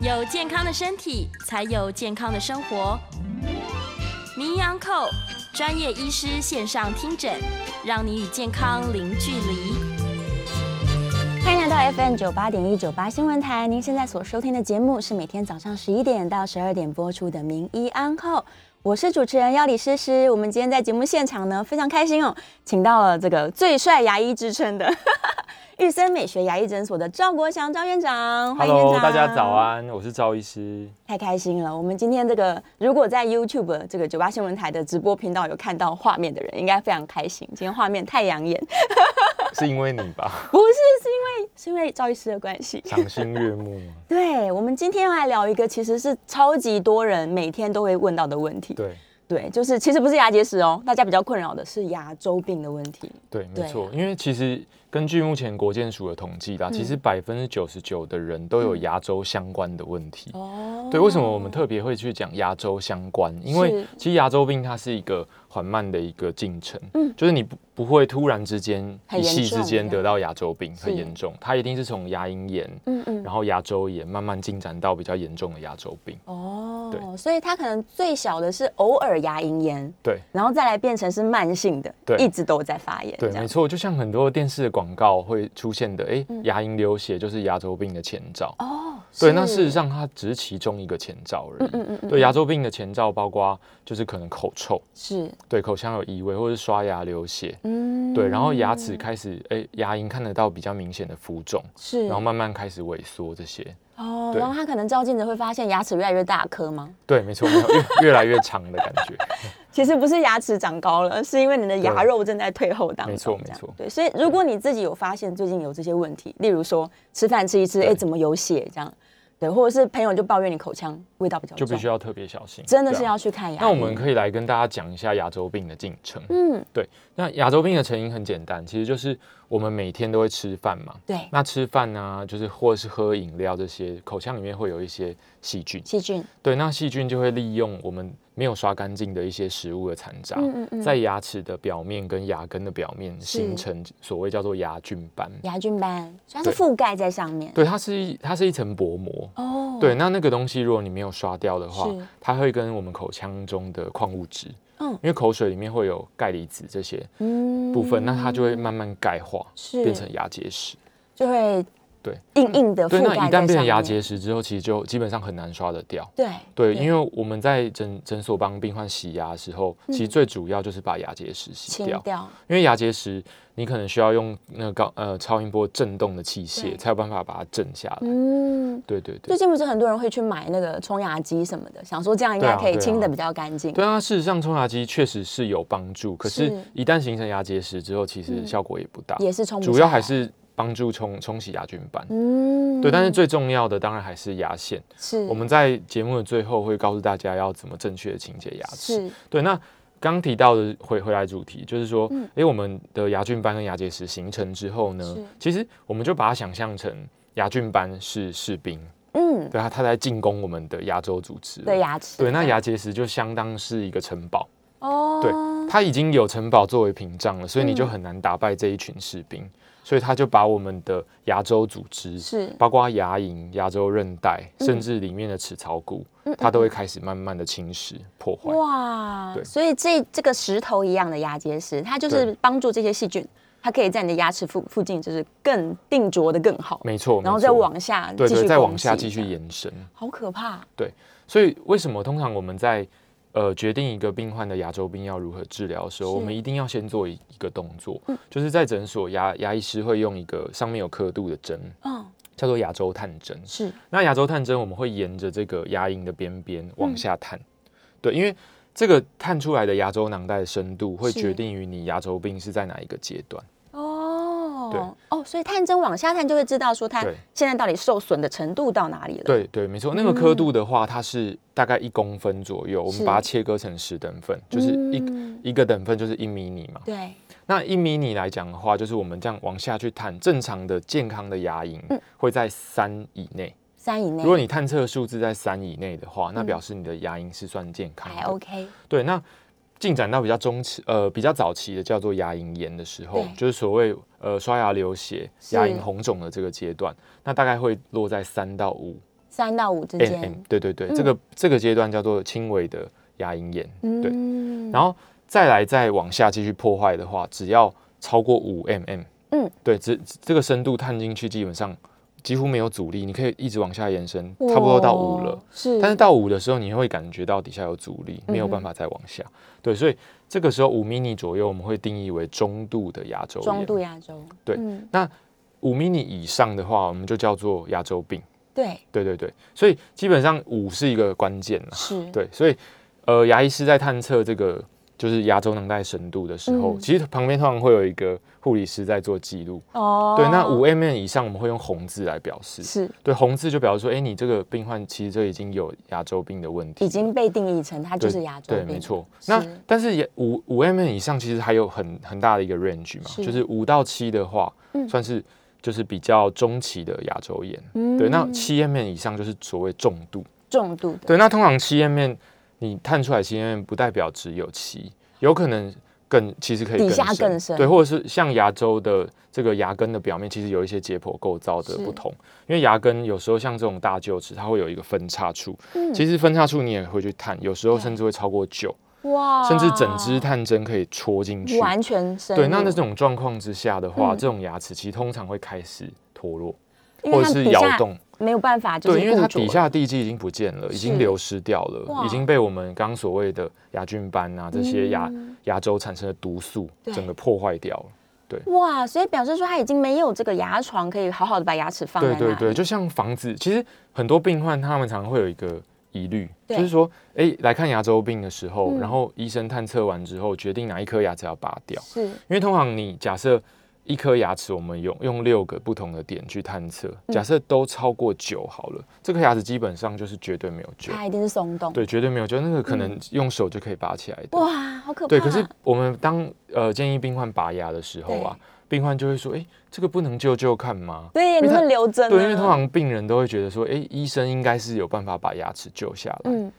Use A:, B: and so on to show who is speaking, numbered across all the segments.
A: 有健康的身体，才有健康的生活。名扬扣专业医师线上听诊，让你与健康零距离。
B: 欢迎来到 FM 九八点一九八新闻台，您现在所收听的节目是每天早上十一点到十二点播出的《名医安后》，我是主持人要李诗诗。我们今天在节目现场呢，非常开心哦，请到了这个最帅牙医之称的 玉森美学牙医诊所的赵国祥赵院长，欢迎院
C: Hello，
B: 长。
C: 大家早。啊安，我是赵医师。
B: 太开心了！我们今天这个，如果在 YouTube 这个九八新闻台的直播频道有看到画面的人，应该非常开心。今天画面太养眼，
C: 是因为你 吧？
B: 不是是因为是因为赵医师的关系。
C: 赏心悦目吗？
B: 对，我们今天要来聊一个其实是超级多人每天都会问到的问题。
C: 对
B: 对，就是其实不是牙结石哦，大家比较困扰的是牙周病的问题。
C: 对，
B: 对
C: 没
B: 啊
C: 错。因为其实根据目前国健署的统
B: 嗯
C: 计啦，其实百分之九十九的人都有牙周相关的问题。
B: 哦
C: 对，为什么我们特别会去讲牙周相关？因为
B: 是
C: 其实牙周病它是一个缓慢的一个进程，
B: 嗯
C: 就是你不不会突然之间
B: 很
C: 一
B: 严
C: 夕之
B: 重
C: 间
B: 这样
C: 得到牙周病，很
B: 是
C: 严重，它一定是从牙龈炎，
B: 嗯嗯
C: 然后牙周炎慢慢进展到比较严重的牙周病。
B: 哦，
C: 对
B: 所以它可能最小的是偶尔牙龈炎，
C: 对，
B: 然后再来变成是慢性的，
C: 对
B: 一直都在发炎。
C: 对，
B: 这
C: 没
B: 样。嗯
C: 错，就像很多电视的广告会出现的，哎、牙龈流血就是牙周病的前兆。
B: 哦，
C: 对，那事实上它只是其中一个前兆而已。
B: 嗯嗯嗯
C: 对，牙周病的前兆包括就是可能口臭，
B: 是，
C: 对，口腔有异味，或是刷牙流血，
B: 嗯
C: 对，然后牙齿开始，哎、牙龈看得到比较明显的浮肿，
B: 是，
C: 然后慢慢开始萎缩这些。
B: 哦，
C: 对
B: 然后他可能照镜子会发现牙齿越来越大颗吗？
C: 对，没错，没错，越越来越长的感觉。
B: 其实不是牙齿长高了，是因为你的牙
C: 对
B: 肉正在退后当中。
C: 没错
B: 这样
C: 没错
B: 对，所以如果你自己有发现最近有这些问题，例如说吃饭吃一吃，
C: 对
B: 哎，怎么有血这样？对，或者是朋友就抱怨你口腔味道比较
C: 就
B: 重，
C: 必须要特别小心。
B: 真的是
C: 对啊
B: 要去看牙医。
C: 那我们可以来跟大家讲一下牙周病的进程。
B: 嗯，
C: 对，那牙周病的成因很简单，其实就是我们每天都会吃饭嘛。
B: 对，
C: 那吃饭啊，就是或者是喝饮料这些，口腔里面会有一些细菌。
B: 细菌，
C: 对，那细菌就会利用我们没有刷干净的一些食物的残渣，
B: 嗯嗯嗯
C: 在牙齿的表面跟牙根的表面形成所谓叫做牙菌斑。
B: 牙菌斑，所以它是
C: 对
B: 覆盖在上面。
C: 对，它是一它是一层薄膜。
B: 哦，
C: 对，，那那个东西如果你没有刷掉的话
B: 是，
C: 它会跟我们口腔中的矿物质，
B: 嗯
C: 因为口水里面会有钙离子这些，
B: 嗯
C: 部分，那它就会慢慢钙化，
B: 是
C: 变成牙结石。
B: 就会
C: 对
B: 硬硬的覆
C: 对，那
B: 盖
C: 一
B: 在
C: 旦变成
B: 上
C: 牙
B: 面
C: 结石之后，其实就基本上很难刷得掉。
B: 对
C: 对，因为我们在诊诊所帮病患洗牙的时候，其实最主要就是把牙结石洗
B: 嗯清
C: 掉，
B: 掉，
C: 因为牙结石你可能需要用那个高呃超音波震动的器
B: 对
C: 械才有办法把它震下来。
B: 嗯。
C: 对对
B: 最
C: 对，
B: 近不是很多人会去买那个冲牙机什么的，想说这样应该
C: 对啊
B: 可以
C: 对啊
B: 清的比较干净。
C: 对啊，事实上冲牙机确实是有帮助，可是
B: 是嗯
C: 一旦形成牙结石之后，其实效果也不大，
B: 也是冲不
C: 主
B: 下
C: 要
B: 来
C: 还是帮助冲冲洗牙菌斑。
B: 啊嗯
C: 对，但是最重要的当然还是牙线。
B: 是
C: 我们在节目的最后会告诉大家要怎么正确的清洁牙齿。
B: 是
C: 对，那刚提到的回回来主题就是说，因为我们的牙菌斑跟牙结石形成之后呢
B: 嗯是，
C: 其实我们就把它想象成牙菌斑是士兵，
B: 嗯
C: 对它它在进攻我们的牙周组织。
B: 的牙齿
C: 对，那牙结石就相当是一个城堡，
B: 哦嗯
C: 对，它已经有城堡作为屏障了，所以你就很难打败这一群士兵，所以它就把我们的牙周组织
B: 是嗯
C: 包括牙龈、牙周韧带，甚至里面的齿槽骨，它都会开始慢慢的侵蚀、破坏。
B: 哇，
C: 对
B: 所以这这个石头一样的牙结石，它就是
C: 对
B: 帮助这些细菌，它可以在你的牙齿附附近就是更定着的更好，
C: 没错，
B: 然后
C: 没
B: 再
C: 错
B: 往下
C: 对
B: 继续
C: 对，再往
B: 攻
C: 下
B: 击
C: 继续
B: 这样，
C: 延伸。
B: 好可怕，
C: 所以为什么通常我们在呃决定一个病患的牙周病要如何治疗的时候，
B: 是嗯
C: 我们一定要先做一一个动作，就是在诊所牙牙医师会用一个上面有刻度的针，
B: 嗯
C: 叫做牙周探针。
B: 是
C: 那牙周探针我们会沿着这个牙龈的边边
B: 嗯
C: 往下探，对，因为这个探出来的牙周囊袋的深度会
B: 是
C: 决定于你牙周病是在哪一个阶段。
B: 哦
C: 对
B: 哦，所以探针往下探就会知道说它
C: 对
B: 现在到底受损的程度到哪里了，
C: 对对，没错，那个刻度的话，它是大概一公分左右，我
B: 嗯是
C: 们把它切割成十等份，就是一、
B: 嗯
C: 一个等份就是一迷你嘛。
B: 对
C: 那一迷你来讲的话，就是我们这样往下去探，正常的健康的牙龈会在三以内。
B: 嗯三以内嗯
C: 如果你探测的数字在三以内的话，那表示你的牙龈是算健康的。
B: 还 OK
C: 嗯对，那进展到比较中期，呃，比较早期的叫做牙龈炎的时候
B: 对，
C: 就是所谓呃刷牙流血、
B: 是
C: 牙龈红肿的这个阶段，那大概会落在三到五
B: 三到五之
C: N M，
B: 间，
C: 对对对，
B: 嗯
C: 这个这个阶段叫做轻微的牙龈炎，对，
B: 嗯，
C: 然后再来再往下继续破坏的话，只要超过五 mm，
B: 嗯，
C: 对，这这个深度探进去基本上几乎没有阻力，你可以一直往下延伸，差不多到五了
B: 哇。，哦是，
C: 但是到五的时候，你会感觉到底下有阻力，没
B: 嗯
C: 有
B: 哼
C: 办法再往下。对，所以这个时候五 mini 左右，我们会定义为中度的牙周炎。
B: 中度牙周，
C: 对
B: 嗯
C: 五 mini 以上的话，我们就叫做牙周病。
B: 对，
C: 对对对，所以基本上五是一个关键啦。
B: 是，
C: 对，所以呃，牙医师在探测这个就是牙周囊袋深度的时候，
B: 嗯
C: 其实旁边通常会有一个护理师在做记录。
B: 哦，
C: 对，那五 mm 以上，我们会用红字来表示。
B: 是
C: 对，红字就表示说，哎、你这个病患其实这已经有牙周病的问题，
B: 已经被定义成它就是牙周
C: 对，
B: 病，
C: 没错。
B: 是
C: 那但是也五五 mm 以上，其实还有很很大的一个 range 嘛，
B: 是
C: 就是五到七的话，
B: 嗯
C: 算是就是比较中期的牙周炎。
B: 嗯
C: 对，那七 mm 以上就是所谓重度。
B: 重度的，
C: 对，那通常七 mm 你探出来七 mm 不代表只有七，有可能更其实可以
B: 底下更深
C: 对，或者是像牙周的这个牙根的表面，其实有一些解剖构造的
B: 是
C: 不同，因为牙根有时候像这种大臼齿，它会有一个分叉处，
B: 嗯
C: 其实分叉处你也会去探，有时候
B: 对
C: 甚至会超过九。
B: 哇
C: 甚至整支探针可以戳进
B: 啊
C: 去。
B: 完全深入，
C: 对，那那种状况之下的话，
B: 嗯
C: 这种牙齿其实通常会开始脱落，
B: 因为
C: 或者
B: 它
C: 是
B: 底
C: 摇
B: 下
C: 动。
B: 没有办法，就是
C: 对，因为它
B: 固着
C: 底下地基已经不见了，已
B: 是
C: 经流失掉了，
B: 哇
C: 已经被我们刚所谓的牙菌斑啊这些牙牙周产生的毒素
B: 嗯对
C: 整个破坏掉了。
B: 哇，所以表示说它已经没有这个牙床可以好好的把牙齿放在
C: 对
B: 那
C: 对
B: 里，
C: 对，就像房子，其实很多病患他们常常会有一个疑虑，
B: 对
C: 就是说，哎，来看牙周病的时候，
B: 嗯
C: 然后医生探测完之后决定哪一颗牙齿要拔掉。
B: 是
C: 因为通常你假设一颗牙齿，我们用用六个不同的点去探测，
B: 嗯
C: 假设都超过九好了，这颗牙齿基本上就是绝对没有救，
B: 它一定是松动，
C: 对，绝对没有救，那个可能用手就可以拔起来的。
B: 嗯哇，好可怕，
C: 对，可是我们当呃建议病患拔牙的时候啊，病患就会说，哎、这个不能救救看吗？
B: 对，你
C: 为它
B: 会留针啊，
C: 对，因为通常病人都会觉得说，哎、医生应该是有办法把牙齿救下来，
B: 嗯，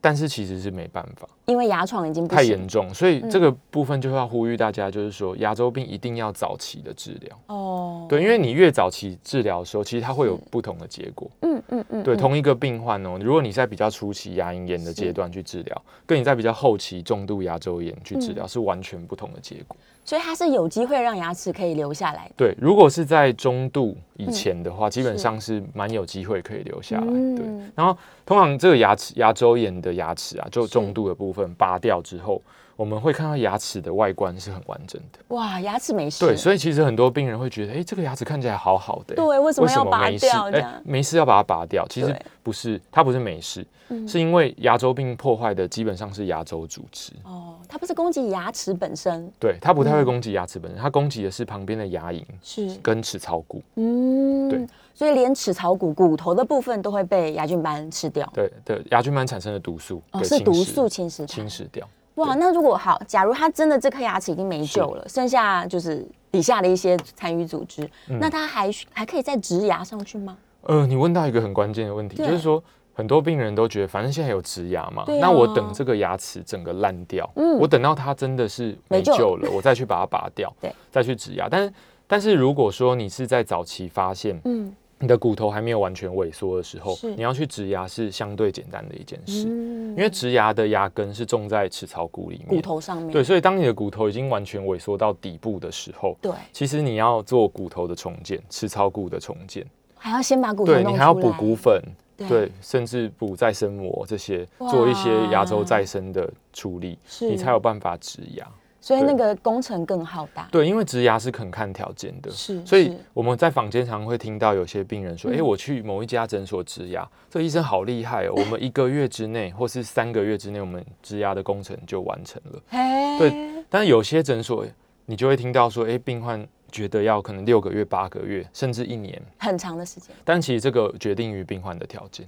C: 但是其实是没办法，
B: 因为牙床已经不
C: 太
B: 行嗯
C: 严重，所以这个部分就要呼吁大家，就是说牙周病一定要早期的治疗。
B: 哦，
C: 对，因为你越早期治疗的时候，其实它会有
B: 是
C: 不同的结果。
B: 嗯嗯嗯，
C: 对，
B: 嗯
C: 同一个病患哦，如果你在比较初期牙龈炎的阶
B: 是
C: 段去治疗，跟你在比较后期重度牙周炎去
B: 嗯
C: 治疗是完全不同的结果。
B: 所以它是有机会让牙齿可以留下来的。
C: 对，如果是在中度以前的话，基
B: 嗯
C: 本
B: 是
C: 上是蛮有机会可以留下来。对
B: 嗯，
C: 然后通常这个牙齿牙周炎的牙齿啊，就是重度的部分拔掉之后，我们会看到牙齿的外观是很完整的。
B: 哇，牙齿没事。啊
C: 对，所以其实很多病人会觉得，哎、这个牙齿看起来好好的、
B: 对为什么要拔
C: 没事
B: 掉这
C: 哎
B: 样
C: 没事要把它拔掉，其实
B: 对嗯
C: 不是，它不是没事，是因为牙周病破坏的基本上是牙周组织，
B: 哦，它不是攻击牙齿本身，
C: 对，它不太
B: 嗯
C: 会攻击牙齿本身，它攻击的是旁边的牙龈
B: 是
C: 跟齿槽骨，
B: 嗯，
C: 对，
B: 所以连齿槽骨骨头的部分都会被牙菌斑吃掉。
C: 对对，牙菌斑产生的毒素，
B: 哦，
C: 对
B: 是
C: 侵
B: 毒
C: 蚀
B: 素侵蚀它
C: 侵。蚀掉。
B: 哇，
C: 对
B: 那如果好，假如它真的这颗牙齿已经没救了，剩下就是底下的一些残余组织，那它还还可以再植牙上去吗？
C: 呃，你问到一个很关键的问题，
B: 对
C: 就是说。很多病人都觉得，反正现在有植牙嘛，
B: 对啊
C: 那我等这个牙齿整个烂掉，
B: 嗯
C: 我等到它真的是没
B: 没救了
C: 救了，我再去把它拔掉，
B: 对，
C: 再去植牙。但是，但是如果说你是在早期发现
B: 嗯
C: 你的骨头还没有完全萎缩的时候
B: 是，
C: 你要去植牙是相对简单的一件事，
B: 嗯
C: 因，为植牙的牙根是种在齿槽骨里面，
B: 骨头上面。
C: 对，所以当你的骨头已经完全萎缩到底部的时候，
B: 对
C: 其实你要做骨头的重建，齿槽骨的重建。
B: 还要先把骨头
C: 对
B: 弄出
C: 你
B: 来。
C: 还要补骨粉，
B: 对
C: 对，甚至补再生膜这些，
B: 哇
C: 做一些牙周再生的处理，
B: 是
C: 你才有办法植牙。
B: 所以
C: 对
B: 那个工程更浩大。
C: 对，因为植牙是很看条件的，
B: 是
C: 所以
B: 是嗯
C: 我们在坊间常会听到有些病人说：“哎、我去某一家诊所植牙，这个医生好厉害哦，我们一个月之内或是三个月之内，我们植牙的工程就完成了。”
B: 嘿，
C: 对，但有些诊所你就会听到说：“哎、病患觉得要可能六个月、八个月，甚至一年。
B: 很长的时间，”
C: 但其实这个决定于病患的条件。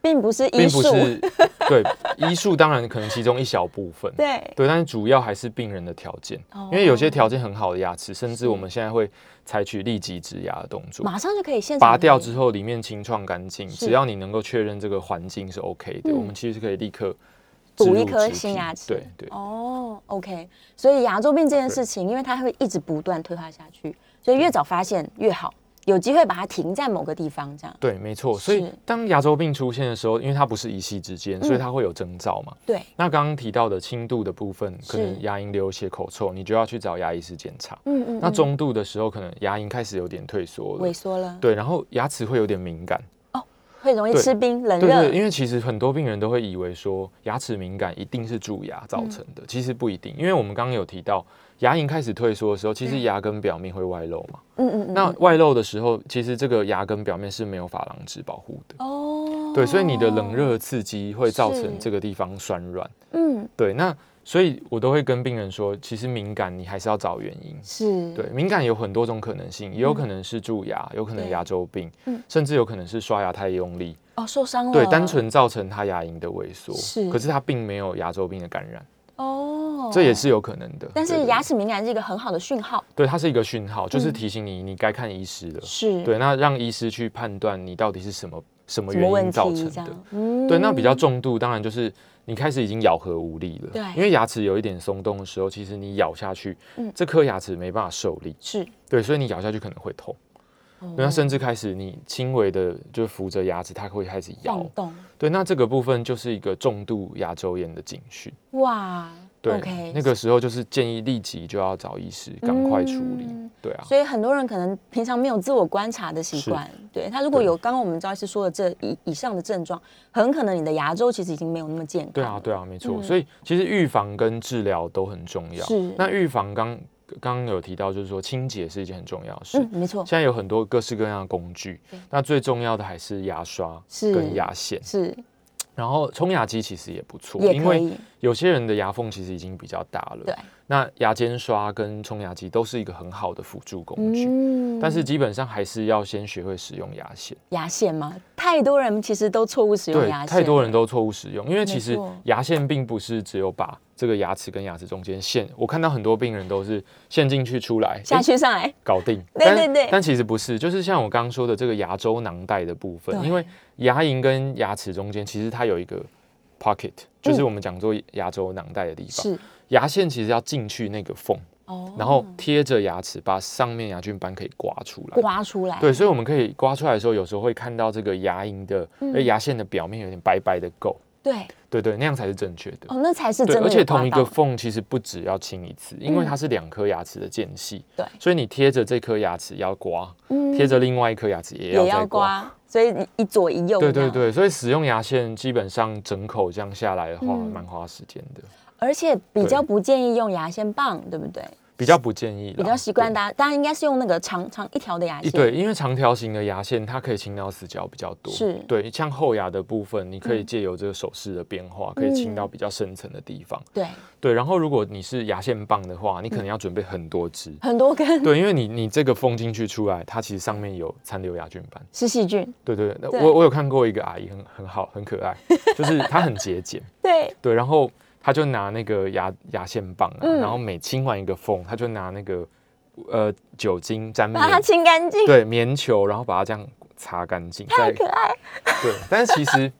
B: 并不是医
C: 并不
B: 术，
C: 是对医术，当然可能其中一小部分，
B: 对，哦
C: 对，但是主要还是病人的条件，因为有些条件很好的牙齿，甚至我们现在会采取立即植牙的动作，
B: 马上就可以现场
C: 拔掉
B: 可以
C: 之后里面清创干净，
B: 是
C: 只要你能够确认这个环境是 OK 的，
B: 嗯
C: 我们其实是可以立刻
B: 补
C: 植入
B: 一颗
C: 植
B: 新
C: 皮
B: 牙齿
C: 对对，
B: 哦，OK，所以牙周病这件
C: 对
B: 事情，因为它会一直不断退化下去，所以越早发现越好，有机会把它停在某个地方，这样
C: 对，没错。所以
B: 是嗯
C: 当牙周病出现的时候，因为它不是一夕之间，所以它会有征兆嘛。
B: 对，
C: 那刚刚提到的轻度的部分，可能
B: 是
C: 牙龈流血、口臭，你就要去找牙医师检查。
B: 嗯嗯
C: 那中度的时候，可能牙龈开始有点退缩了
B: 萎，缩了，
C: 对，然后牙齿会有点敏感，
B: 会容易
C: 对
B: 吃冰冷
C: 对对，
B: 热，
C: 因为其实很多病人都会以为说牙齿敏感一定是蛀牙造
B: 嗯
C: 成的，其实不一定，因为我们刚刚有提到牙龈开始退缩的时候，其实
B: 对
C: 牙根表面会外露嘛。
B: 嗯嗯嗯，
C: 那外露的时候，其实这个牙根表面是没有珐琅质保护的，
B: 哦，
C: 对，所以你的冷热刺激会造
B: 是
C: 成这个地方酸软。
B: 嗯
C: 对，那所以我都会跟病人说，其实敏感你还是要找原因。
B: 是，
C: 对，敏感有很多种可能性，也有可能是蛀牙，有可
B: 嗯
C: 能
B: 对
C: 牙周病
B: 嗯，
C: 甚至有可能是刷牙太用力，
B: 哦受伤了，
C: 对，单纯造成他牙龈的萎缩，
B: 是
C: 可是他并没有牙周病的感染，
B: 哦，
C: 这也，是有可能的。
B: 但
C: 对
B: 是
C: 对
B: 牙齿敏感是一个很好的讯号，
C: 对它是一个讯号，就是
B: 嗯
C: 提醒你你该看医师了。
B: 是，
C: 对，那让医师去判断你到底是什么什么
B: 什么
C: 原
B: 问
C: 因造
B: 题
C: 成
B: 这
C: 的
B: 样。，嗯
C: 对，那比较重度当然就是你开始已经咬合无力了，
B: 对
C: 因为牙齿有一点松动的时候，其实你咬下去，
B: 嗯
C: 这颗牙齿没办法受力，
B: 是，
C: 对，所以你咬下去可能会痛。
B: 哦
C: 那甚至开始你轻微的就扶着牙齿，它会开始摇
B: 晃。动，
C: 对，那这个部分就是一个重度牙周炎的警讯。
B: 哇，
C: 对
B: OK，
C: 那个时候就是建议立即就要找医师，赶快处理。
B: 嗯
C: 对啊，
B: 所以很多人可能平常没有自我观察的习
C: 是
B: 惯，对他如果
C: 对
B: 有刚刚我们赵医师说的这以以上的症状，很可能你的牙周其实已经没有那么健康。
C: 对啊，，对啊，没错。
B: 嗯
C: 所以其实预防跟治疗都很重要。
B: 是
C: 那预防刚刚刚有提到，就是说清洁啊是一件很重要的事。
B: 嗯，没错，
C: 现在有很多各式各样的工具
B: 对，
C: 那最重要的还是牙刷
B: 是
C: 跟牙线，
B: 是
C: 然后冲牙机其实也不错，
B: 也
C: 因
B: 可
C: 为
B: 以，
C: 有些人的牙缝其实已经比较大了，
B: 对，
C: 那牙尖刷跟冲牙机都是一个很好的辅助工具，
B: 嗯
C: 但是基本上还是要先学会使用牙线。
B: 牙线嘛，太多人其实都错误使用
C: 对
B: 牙，线，
C: 太多人都错误使用，因为其
B: 没
C: 实
B: 错
C: 牙线并不是只有把这个牙齿跟牙齿中间陷，我看到很多病人都是陷进去出来
B: 下
C: 诶
B: 去上来，
C: 搞定，
B: 对
C: 但
B: 对对
C: 但其实不是，就是像我刚刚说的这个牙周囊袋的部分，
B: 对
C: 因为牙龈跟牙齿中间其实它有一个 pocket，就是
B: 嗯
C: 我们讲做牙周囊袋的地方，
B: 是
C: 牙线其实要进去那个缝，
B: 哦，
C: 然后贴着牙齿把上面牙菌斑可以刮出来。
B: 刮出来，
C: 对，所以我们可以刮出来的时候，有时候会看到这个牙龈的、
B: 嗯
C: 呃牙线的表面有点白白的垢，
B: 对
C: 对对，那样才是正确的。
B: 哦，那才是
C: 对，
B: 真的有
C: 而且同一
B: 刮到
C: 个缝其实不只要清一次，因为它是两颗牙齿的间隙，
B: 对
C: 所以你贴着这颗牙齿要刮，
B: 嗯
C: 贴着另外一颗牙齿也要
B: 也
C: 再
B: 要
C: 刮。
B: 刮，所以一左一右，
C: 对对。对，所以使用牙线基本上整口这样下来的话，
B: 嗯
C: 蛮花时间的，
B: 而且比较
C: 对
B: 不建议用牙线棒，对不对？
C: 比较不建议啦。
B: 比较习惯
C: 对
B: 大家，大家应该是用那个长长一条的牙线。
C: 一对，因为长条形的牙线，它可以清到死角比较多。
B: 是嗯
C: 对，像后牙的部分，你可以借由这个手势的变化，可以清到比较深层的地方。
B: 对，
C: 对，然后如果你是牙线棒的话，你可能
B: 嗯
C: 要准备很多支。
B: 很多根
C: 对，因为你你这个封进去出来，它其实上面有残留牙菌斑。
B: 是细菌。
C: 对对，那
B: 对
C: 我我有看过一个阿姨很很好很可爱，就是她很节俭，
B: 对，
C: 对，然后她就拿那个牙牙线棒啊，
B: 嗯
C: 然后每清完一个缝，她就拿那个呃酒精沾
B: 把
C: 棉
B: 它清干 净。
C: 对棉球，然后把它这样擦干净，太可爱。对， 但是其实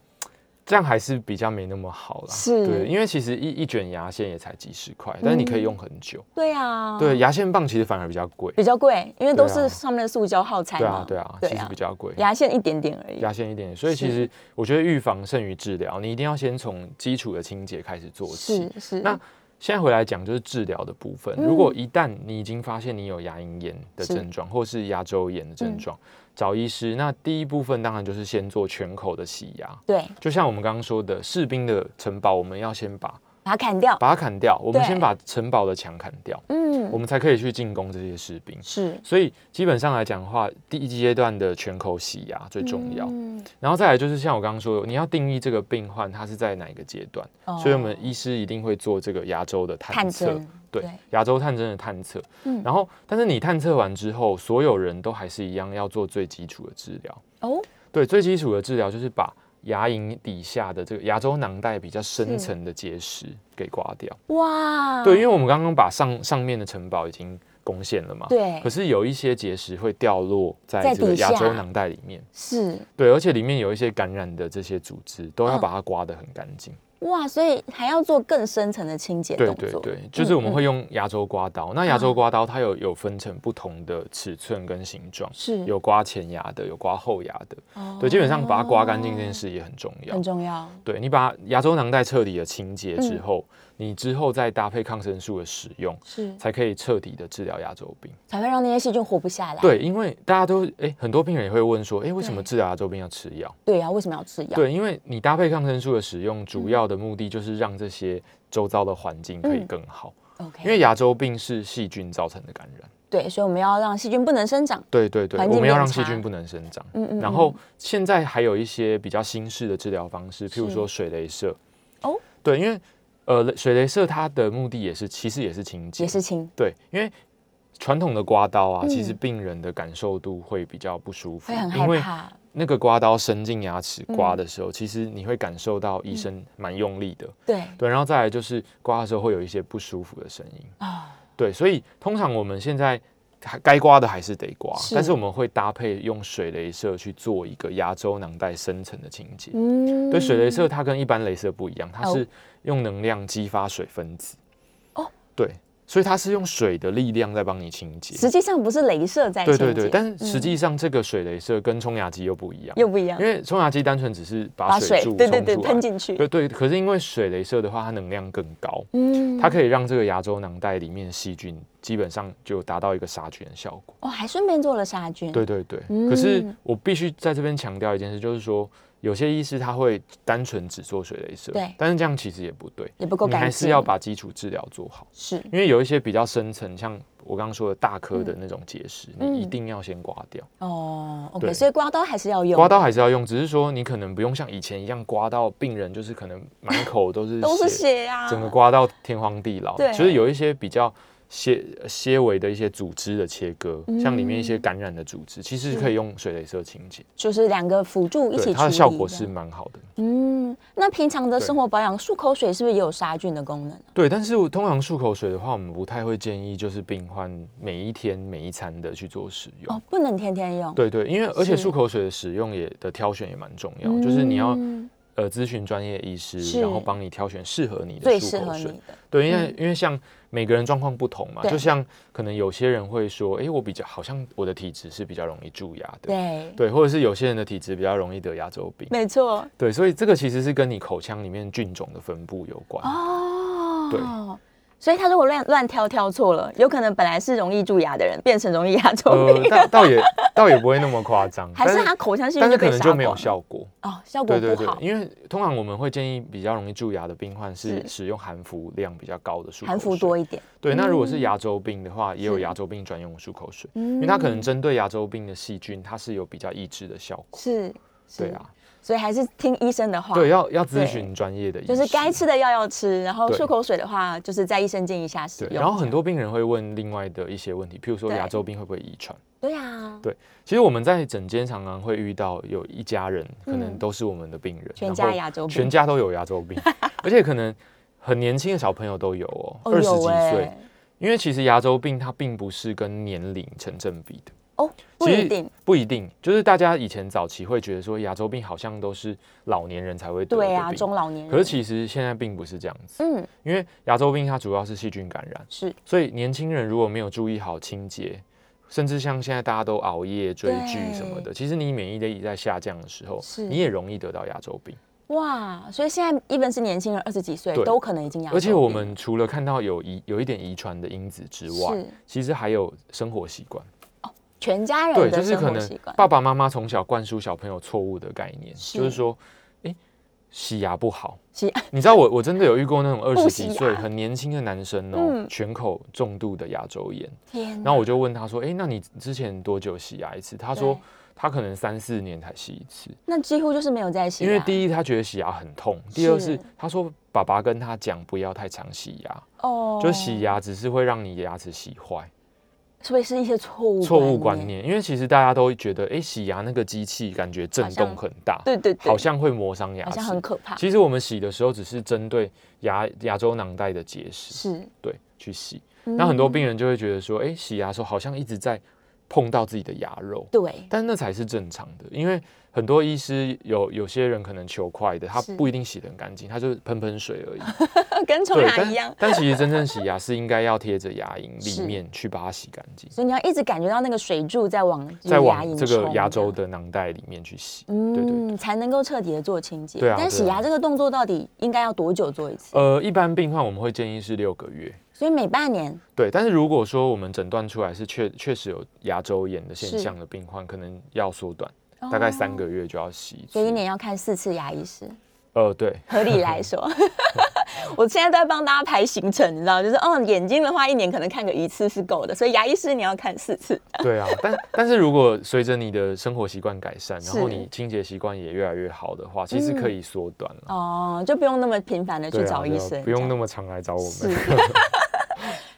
C: 这样还是比较没那么好啦。
B: 是
C: 对，因为其实一一卷牙线也才几十块，但是你可以用很久。
B: 对啊，
C: 对，，牙线棒其实反而比较贵。
B: 比较贵，因为都
C: 对
B: 是
C: 啊
B: 上面的塑胶耗材
C: 对
B: 嘛
C: 啊，。对啊，
B: 对
C: 其实
B: 啊
C: 比较贵。
B: 牙线一点点而已。
C: 牙线一点，所以其
B: 是
C: 实我觉得预防胜于治疗，你一定要先从基础的清洁开始做起
B: 是。是，
C: 那现在回来讲就是治疗的部分。如果一旦你已经发现你有牙龈炎的
B: 是
C: 症状，或嗯是嗯牙周炎的症状，找医师。那第一部分当然就是先做全口的洗牙，
B: 对，
C: 就像我们刚刚说的，士兵的城堡，我们要先把
B: 把它砍掉。
C: 把它砍掉，我们
B: 对
C: 先把城堡的墙砍掉，
B: 嗯
C: 我，们才可以去进攻这些士兵。
B: 是
C: 所以基本上来讲的话，第一阶段的全口洗牙最重要，
B: 嗯
C: 然后再来就是像我刚刚说的，你要定义这个病患他是在哪一个阶段，
B: 哦
C: 所以我们医师一定会做这个牙周的探
B: 探
C: 测，
B: 针。
C: 对
B: 对，
C: 牙周探针的探测。
B: 嗯
C: 然后但是你探测完之后，所有人都还是一样要做最基础的治疗。
B: 哦，
C: 对，最基础的治疗就是把牙龈底下的这个牙周囊袋比较深层的结石给刮掉。
B: 嗯哇，
C: 对，因为我们刚刚把上上面的城堡已经攻陷了嘛。。
B: 对
C: 啊可是有一些结石会掉落
B: 在
C: 在这
B: 底
C: 个牙
B: 下
C: 周囊袋里面，
B: 是
C: 对，而且里面有一些感染的这些组织都要把它刮得很干净。
B: 哇，所以还要做更深层的清洁
C: 对
B: 动
C: 对
B: 作。嗯
C: 对，就是我们会用牙周刮刀。那牙周刮刀它有有分成不同的尺寸跟形状，
B: 是
C: 有刮前牙的，有刮后牙的。
B: 哦
C: 对，基本上把它刮干净这件事也很重要
B: 很。嗯重要。
C: 对你把牙周囊袋彻底的清洁之后，你之后再搭配抗生素的使用，
B: 是
C: 才可以彻底的治疗牙周病。
B: 才会让那些细菌活不下来。
C: 对，因为大家都诶，很多病人也会问说，诶，为什么
B: 对
C: 治疗牙周病要吃药？
B: 对啊，为什么要吃药？
C: 对，因为你搭配抗生素的使用，主要的目的就是让这些周遭的环境可以
B: 嗯
C: 更好。
B: ，OK，
C: 因为牙周病是细菌造成的感染。
B: 对，所以我们要让细菌不能生长。
C: 对对对，
B: 环境
C: 我们要
B: 变
C: 让
B: 差
C: 细菌不能生长。
B: 嗯嗯
C: 然
B: 嗯
C: 后现在还有一些比较新式的治疗方式，譬如
B: 是
C: 说水镭射。
B: 哦，
C: 对，因为呃，水镭射它的目的也是，其实也是清洁，
B: 也是轻，
C: 对，因为传统的刮刀啊，
B: 嗯
C: 其实病人的感受度会比较不舒服，
B: 会很
C: 因为
B: 害怕。嗯
C: 那个刮刀伸进牙齿刮的时候，其实你会感受到医生蛮用力的，
B: 对
C: 对，然后再来就是刮的时候会有一些不舒服的声音，
B: 啊，
C: 对，所以通常我们现在还该刮的还是得刮，
B: 是
C: 但是我们会搭配用水镭射去做一个牙周囊袋深层的清洁。
B: 嗯
C: 对，水镭射它跟一般镭射不一样，它
B: 哦
C: 是用能量激发水分子。
B: 哦，
C: 对，所以它是用水的力量在帮你清洁。
B: 实际上不是镭射在清
C: 对
B: 洁，
C: 对对，但是实
B: 嗯
C: 际上这个水镭射跟冲牙机又不一样，
B: 又不一样
C: 因，为冲牙机单纯只是把
B: 把
C: 水
B: 水
C: 柱
B: 对对对
C: 冲出
B: 喷
C: 来
B: 进去，
C: 对对，可是因为水镭射的话，它能量更高，
B: 嗯，
C: 它可以让这个牙周囊袋里面的细菌基本上就达到一个杀菌的效果。
B: 哦，还顺便做了杀菌，
C: 对对对，
B: 嗯
C: 可是我必须在这边强调一件事，就是说有些医师他会单纯只做水镭射，
B: 对
C: 但是这样其实也不对，
B: 也不够
C: 你
B: 干净，
C: 还是要把基础治疗做好，
B: 是
C: 因为有一些比较深层，像我刚刚说的大颗的那种结石，你一
B: 嗯
C: 定要先刮掉，
B: 哦，OK，
C: 对
B: 所以刮刀还是要用，
C: 刮刀还是要用，只是说你可能不用像以前一样刮到病人就是可能满口都 是
B: 都是血啊，
C: 整个刮到天荒地老，
B: 对
C: 其实有一些比较些些微的一些组织的切割，像里面一
B: 嗯
C: 些感染的组织，其实是可以用水镭射清洁，
B: 就是两个辅助一起处
C: 对
B: 理，
C: 它的效果
B: 这
C: 是
B: 样
C: 蛮好的。
B: 嗯，那平常的
C: 对
B: 生活保养，漱口水是不是也有杀菌的功能？啊
C: 对，但是我通常漱口水的话，我们不太会建议就是病患每一天每一餐的去做使用。
B: 哦，不能天天用，
C: 对对，因为而且
B: 是
C: 漱口水的使用也的挑选也蛮重要，
B: 嗯，
C: 就是你要呃咨询专业医师，
B: 是
C: 然后帮你挑选适合你的
B: 最
C: 漱
B: 适
C: 口
B: 合你
C: 水。
B: 的，
C: 对，因为、因为像每个人状况不同嘛，
B: 嗯对
C: 就像可能有些人会说，诶，我比较好像我的体质是比较容易蛀牙的，
B: 对，
C: 对，或者是有些人的体质比较容易得牙周病，
B: 没错，
C: 对，所以这个其实是跟你口腔里面菌种的分布有关。
B: 哦，
C: 对。
B: 所以他如果乱乱挑挑错了，有可能本来是容易蛀牙的人，变成容易牙周病，
C: 呃，倒倒也倒也不会那么夸 张，
B: 还是
C: 但
B: 他口腔细
C: 但
B: 菌
C: 是
B: 就
C: 可
B: 被
C: 能
B: 杀
C: 就
B: 光
C: 没有
B: 了
C: 效果。
B: 哦，效果
C: 对对
B: 不
C: 对
B: 好，，
C: 因为通常我们会建议比较容易蛀牙的病患是
B: 是
C: 使用含氟量比较高的漱口水，
B: 含氟多一点，
C: 对，那如果
B: 嗯
C: 是牙周病的话，也有
B: 是嗯
C: 牙周病专用漱口水，
B: 因
C: 因为它可能针对牙周病的细菌，它是有比较抑制的效果。
B: 是，是
C: 对，啊，
B: 所以还是听医生的话，
C: 对，要要咨
B: 对
C: 询专业的医师，
B: 就是该吃的药要吃，然后
C: 对
B: 漱口水的话，就是在医生建议下使
C: 对。
B: 用。
C: 然后很多病人会问另外的一些问题，譬如说
B: 对
C: 牙周病会不会遗传？
B: 对啊，
C: 其实我们在诊间常常会遇到有一家人，可能
B: 嗯
C: 都是我们的病人，
B: 全
C: 然
B: 家
C: 后
B: 牙周病
C: 全家都有牙周 病，而且可能很年轻的小朋友都有哦，
B: 哦
C: 二十
B: 有
C: 几
B: 欸
C: 岁。因为其实牙周病它并不是跟年龄成正比的，
B: 哦，不
C: 其实
B: 一定，
C: 不一定。就是大家以前早期会觉得说牙周病好像都是老年人才会得的
B: 对啊，
C: 病
B: 中老年人，
C: 可是其实现在并不是这样子，
B: 嗯
C: 因为牙周病它主要是细菌感染，
B: 是
C: 所以年轻人如果没有注意好清洁，甚至像现在大家都熬夜追剧什么的，其实你免疫力在下降的时候
B: 是，
C: 你也容易得到牙周病。
B: 哇，所以现在一般是年轻人二十几岁
C: 对
B: 都可能已经牙周病，
C: 而且我们除了看到有遗有一点遗传的因子之外
B: 是，
C: 其实还有生活习惯。
B: 全家
C: 对，
B: 人
C: 就
B: 的
C: 是
B: 生
C: 可
B: 活
C: 能
B: 习惯，
C: 爸爸妈妈从小灌输小朋友错误的概念，
B: 是
C: 就是说，诶，洗牙不好。
B: 洗
C: 你知道我我真的有遇过那种二
B: 不
C: 十
B: 洗
C: 几
B: 牙
C: 岁很年轻的男生哦，
B: 嗯
C: 全口重度的牙周炎。
B: 天
C: 然
B: 哪，
C: 后我就问他说：“诶，那你之前多久洗牙一次？”他说
B: 对
C: 他可能三四年才洗一次，
B: 那几乎就是没有在洗
C: 因
B: 牙，
C: 为第一他觉得洗牙很痛，第二
B: 是
C: 是他说爸爸跟他讲不要太常洗牙，
B: 哦
C: 就洗，牙只是会让你牙齿洗坏，
B: 所以是一些错误
C: 错误观，念。因为其实大家都觉得，诶，洗牙那个机器感觉震动很大，
B: 对对对，
C: 好像会磨伤牙
B: 好像
C: 齿
B: 很。可怕，
C: 其实我们洗的时候只是针对牙牙周囊袋的结石，
B: 是，嗯
C: 对，去洗。那很多病人就会觉得说，诶，洗牙的时候好像一直在碰到自己的牙肉，
B: 对，
C: 但那才是正常的，因为很多医师有有些人可能求快的，他
B: 是
C: 不一定洗得很干净，他就是喷喷水而已。
B: 跟冲
C: 对，
B: 牙一样
C: 但。但其实真正洗牙是应该要贴着牙龈
B: 是
C: 里面去把它洗干净，
B: 所以你要一直感觉到那个水柱在往就是
C: 再
B: 龈
C: 往这个
B: 冲
C: 牙周，的囊袋里面去洗。对对对。
B: 嗯，才能够彻底的做清洁。
C: 对啊
B: 但洗
C: 对啊
B: 牙这个动作到底应该要多久做一次？
C: 呃，一般病患我们会建议是六个月，
B: 所以每半年
C: 对。但是如果说我们诊断出来是确确实有牙周炎的
B: 是
C: 现象的病患，可能要缩短，大概三
B: 哦
C: 个月就要洗一次。
B: 所以一年要看四次牙医师，
C: 呃，对，
B: 合理来说， 我现在都在帮大家排行程，你知道，就是哦，眼睛的话一年可能看个一次是够的，所以牙医师你要看四次，
C: 对啊，但但是如果随着你的生活习惯改善，然后
B: 是嗯
C: 你清洁习惯也越来越好的话，其实可以缩短了。
B: 哦，就不用那么频繁的
C: 对
B: 去
C: 啊
B: 找医
C: 对啊
B: 生，
C: 不用
B: 这
C: 那
B: 样
C: 么常来找我
B: 是
C: 们。。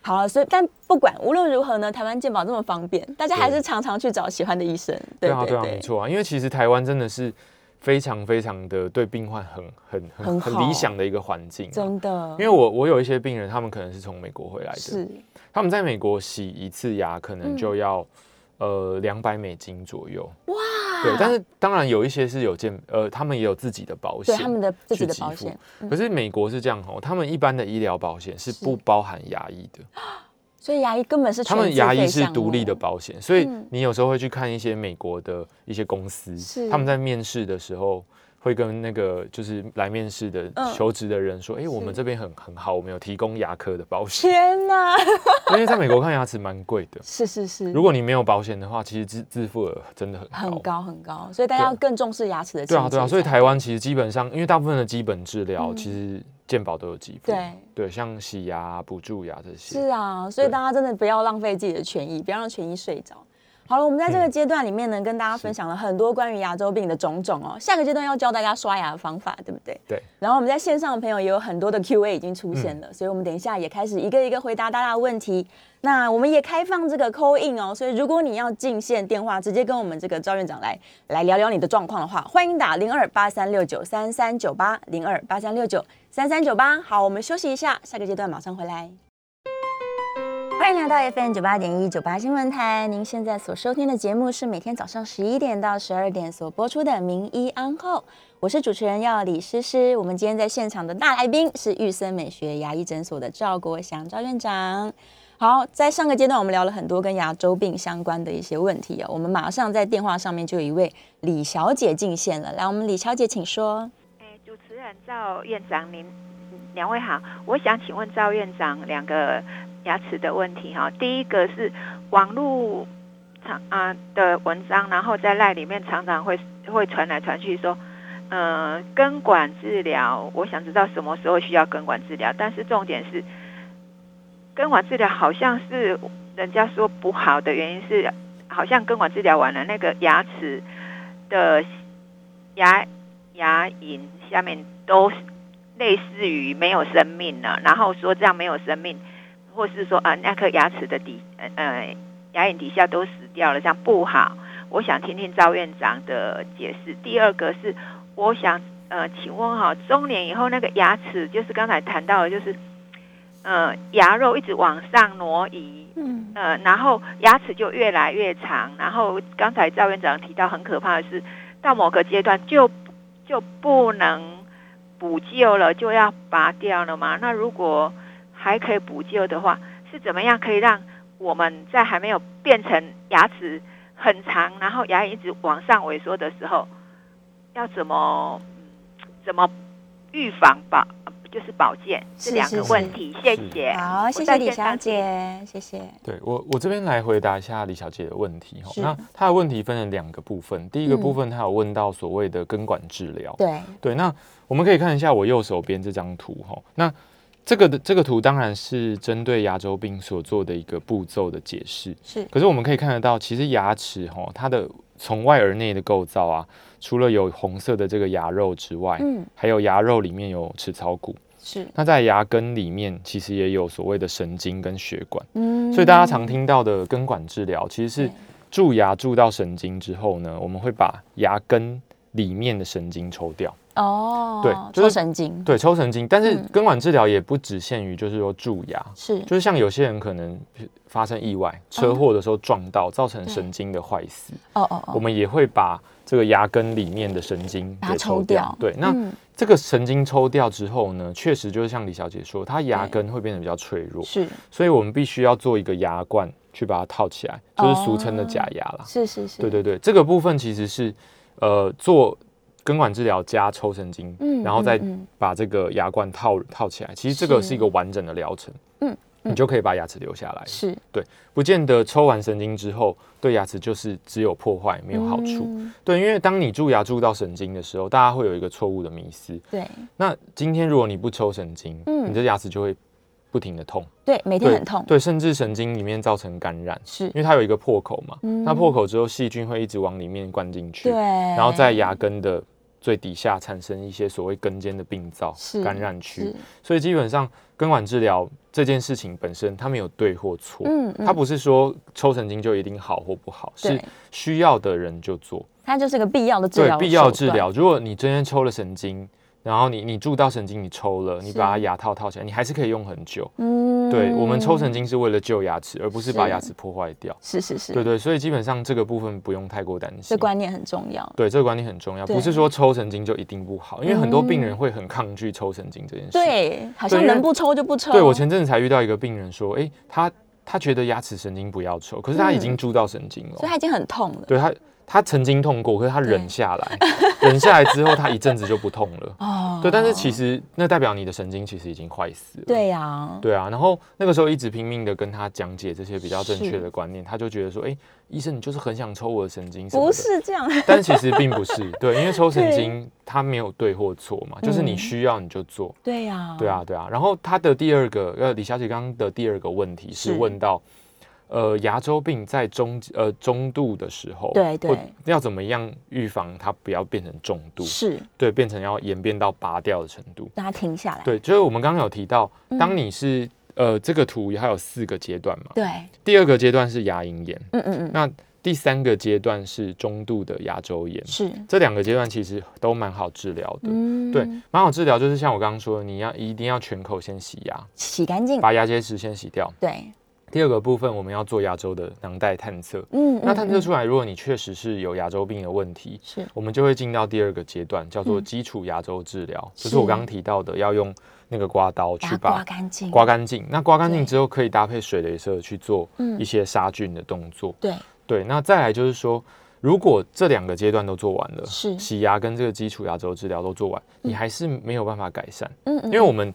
B: 好了，所以但不管无论如何呢，台湾健保这么方便，大家还
C: 对
B: 是常常去找喜欢的医生，
C: 对
B: 对
C: 啊，
B: 对
C: 对啊，没
B: 对，
C: 错啊，因为其实台湾真的是非常非常的对病患很很
B: 很
C: 很
B: 好
C: 很理想的一个环境啊、
B: 真的，
C: 因为我我有一些病人，他们可能是从美国回来的，
B: 是嗯
C: 他们在美国洗一次牙可能就要、呃两百美金左右。哇！对，但是当然有一些是有健呃，他们也有自己的保
B: 对
C: 险，
B: 他们的自己的
C: 去给
B: 保
C: 付
B: 险，嗯
C: 可是美国是这样哦，他们一般的医疗保险是不包含牙医的，
B: 所以牙医根本是
C: 他们
B: 全自
C: 牙医
B: 费
C: 是
B: 项
C: 独立的
B: 目，
C: 保险，所以
B: 嗯
C: 你有时候会去看一些美国的一些公司
B: 是，
C: 他们在面试的时候。会跟那个就是来面试的
B: 嗯
C: 求职的人说，哎、我
B: 是
C: 们这边很很好，我们有提供牙科的 保险，
B: 天哪，
C: 因为在美国看牙齿蛮贵的。
B: 是是是，
C: 如果你没有保险的话，其实自自付额真的很高。
B: 很高很高，所以大家
C: 对
B: 要更重视牙齿的清
C: 对
B: 洁
C: 啊，
B: 才。
C: 对啊，所以台湾其实基本上，因为大部分的基本治疗、其实健保都有给付，
B: 嗯对
C: 像洗牙、补蛀牙这些。
B: 是啊，所以
C: 对
B: 大家真的不要浪费自己的权益，不要让权益睡着。好了，我们在这个阶段里面呢，跟大家分享了很多关于牙周病的种种哦。下个阶段要教大家刷牙的方法，对不对？
C: 对。嗯
B: 然后我们在线上的朋友也有很多的 Q&A 已经出现了，所以我们等一下也开始一个一个回答大家的问题。那我们也开放这个 call in 哦，所以如果你要进线电话，直接跟我们这个赵院长来来聊聊你的状况的话，欢迎打零二八三六九三三九八零二八三六九三三九八。好，我们休息一下，下个阶段马上回来。欢迎来到 FM 九八点一九八新闻台，您现在所收听的节目是每天早上十一点到十二点所播出的《名医安后》，我是主持人要李诗诗。我们今天在现场的大来宾是玉森美学牙医诊所的赵国祥赵院长。好，在上个阶段我们聊了很多跟牙周病相关的一些问题哦，我们马上在电话上面就有一位李小姐进线了，来，我们李小姐请说。
D: 哎，主持人赵院长，您两位好，我想请问赵院长两个牙齿的问题哈。第一个是网络常啊的文章，然后在赖里面常常会会传来传去说，呃，根管治疗，我想知道什么时候需要根管治疗，但是重点是根管治疗好像是人家说不好的原因是，好像根管治疗完了那个牙齿的牙牙龈下面都类似于没有生命了，然后说这样没有生命，或是说啊那颗牙齿的底呃呃牙龈底下都死掉了，这样不好。我想听听赵院长的解释。第二个是，我想呃，请问哈、中年以后那个牙齿，就是刚才谈到的，就是呃牙肉一直往上挪移，
B: 嗯，
D: 呃，然后牙齿就越来越长，然后刚才赵院长提到很可怕的是，到某个阶段就就不能补救了，就要拔掉了嘛。那如果还可以补救的话，是怎么样可以让我们在还没有变成牙齿很长，然后牙龈一直往上萎缩的时候，要怎么嗯怎么预防保就是保健
B: 是
D: 这两个
B: 是
D: 问题？谢
C: 是
D: 谢。
B: 好，
D: 我
B: 谢谢
D: 在
B: 李
D: 线
B: 小
D: 上
B: 姐，谢谢。
C: 对我，我这边来回答一下李小姐的问题哈。
B: 是
C: 那她的问题分成两个部分，第一个
B: 嗯
C: 部分她有问到所谓的根管治疗。
B: 对，
C: 对，那我们可以看一下我右手边这张图哈。那这个的这个图当然是针对牙周病所做的一个步骤的解释。
B: 是
C: 可是我们可以看得到，其实牙齿哈，它的从外而内的构造啊，除了有红色的这个牙肉之外，
B: 嗯
C: 还有牙肉里面有齿槽骨，
B: 是，
C: 那在牙根里面其实也有所谓的神经跟血管。
B: 嗯
C: 所以大家常听到的根管治疗，其实是
B: 对
C: 蛀牙蛀到神经之后呢，我们会把牙根里面的神经抽掉。
B: 哦，
C: 对就
B: 抽
C: 是
B: 神经，
C: 对，抽神经。但是
B: 嗯
C: 根管治疗也不只限于就是说蛀牙，
B: 是
C: 就是像有些人可能发生意外、车祸的时候撞到，造成神经的坏死，
B: 哦哦
C: 我
B: 哦，
C: 们也会把这个牙根里面的神经
B: 把它
C: 给
B: 抽
C: 抽
B: 掉
C: 掉。对，那
B: 嗯
C: 这个神经抽掉之后呢，确实就是像李小姐说，它牙
B: 对
C: 根会变得比较脆弱，
B: 是
C: 所以我们必须要做一个牙冠去把它套起来，就是俗称的假牙啦。
B: 哦是是是，
C: 对对对，这个部分其实是呃做根管治疗加抽神经，
B: 嗯
C: 然后再
B: 嗯嗯
C: 把这个牙冠套套起来。其实这个
B: 是
C: 是一个完整的疗程，
B: 嗯嗯
C: 你就可以把牙齿留下来。
B: 是
C: 不见得抽完神经之后对牙齿就是只有破坏没有好处。
B: 嗯
C: 对，因为当你蛀牙蛀到神经的时候，大家会有一个错误的迷思。
B: 对
C: 那今天如果你不抽神经，
B: 嗯
C: 你的牙齿就会不停的痛，
B: 对，每天很痛，
C: 对，甚至神经里面造成感染。
B: 是
C: 因，为它有一个破口嘛，
B: 嗯
C: 那破口之后细菌会一直往里面灌进去，
B: 对，
C: 然后在牙根的最底下产生一些所谓根尖的病灶
B: 是、
C: 感染区
B: 是，，
C: 所以基本上根管治疗这件事情本身它没有对或错，
B: 嗯，嗯
C: 它不是说抽神经就一定好或不好，是
B: 对，
C: 需要的人就做，
B: 它就是个必要的治
C: 对
B: 疗，
C: 必要治，疗。如果你真天抽了神经，然后你你蛀到神经，你抽了，你
B: 是
C: 把它牙套套起来，你还是可以用很久。
B: 嗯
C: 对我们抽神经是为了救牙齿，而不是把牙齿破坏掉。
B: 是是是，
C: 对对，所以基本上这个部分不用太过担
B: 这
C: 心。
B: 观念很重要，
C: 对这个观念很重要，
B: 对
C: 不是说抽神经就一定不好，因为很多病人
B: 嗯
C: 会很抗拒抽神经这件事。
B: 对，哦好像
C: 因为
B: 能不抽就不抽，
C: 对，我前阵子才遇到一个病人说，诶，他他觉得牙齿神经不要抽，可是他已经蛀到神经了，
B: 嗯所以它已经很痛了，
C: 对他他曾经痛过，可是他
B: 对
C: 忍下来，忍下来之后他一阵子就不痛了。
B: 哦，
C: 对，但是其实那代表你的神经其实已经坏死了。
B: 对呀，
C: 对啊，然后那个时候一直拼命的跟他讲解这些比较正确
B: 是
C: 的观念，他就觉得说，哎、医生你就是很想抽我的神经什么的。
B: 不，是这样，
C: 但其实并不是，对，因为抽神
B: 对
C: 经它没有对或错嘛，就是你
B: 嗯哦
C: 需要你就做。
B: 对呀，
C: 对啊，，对啊。然后他的第二个，呃，李小姐刚刚的第二个问题是
B: 是
C: 问到，呃，牙周病在中呃中度的时候，
B: 对
C: 或
B: 对
C: 要怎么样预防它不要变成重度，
B: 是，
C: 对，变成要演变到拔掉的程度。
B: 让它停下来，
C: 对，就是我们刚刚有提到，
B: 嗯
C: 当你是、呃这个图它有四个阶段嘛，
B: 对，
C: 第二个阶段是牙龈炎，
B: 嗯嗯嗯，
C: 那第三个阶段是中度的牙周炎，
B: 是，
C: 这两个阶段其实都蛮好治疗的。
B: 嗯
C: 对，蛮好治疗，就是像我刚刚说的，你要一定要全口先洗牙，
B: 洗干净，
C: 把牙结石先洗掉。
B: 对，
C: 第二个部分，我们要做牙周的囊袋探测。
B: 嗯，
C: 那
B: 嗯
C: 探测
B: 嗯
C: 出来，如果你确实是有牙周病的问题，
B: 是
C: 我们就会进到第二个阶段，叫做
B: 嗯
C: 基础牙周治疗，就是是我刚刚提到的，要用那个刮刀
B: 把
C: 去
B: 它
C: 把
B: 刮干净，
C: 刮干净。那刮干
B: 对
C: 净之后，可以搭配水雷射去做
B: 嗯
C: 一些杀菌的动作。
B: 对，
C: 对，那再来就是说，如果这两个阶段都做完了，
B: 是
C: 洗牙跟这个基础牙周治疗都做完，你还是没有办法改善，
B: 嗯嗯，
C: 因为我们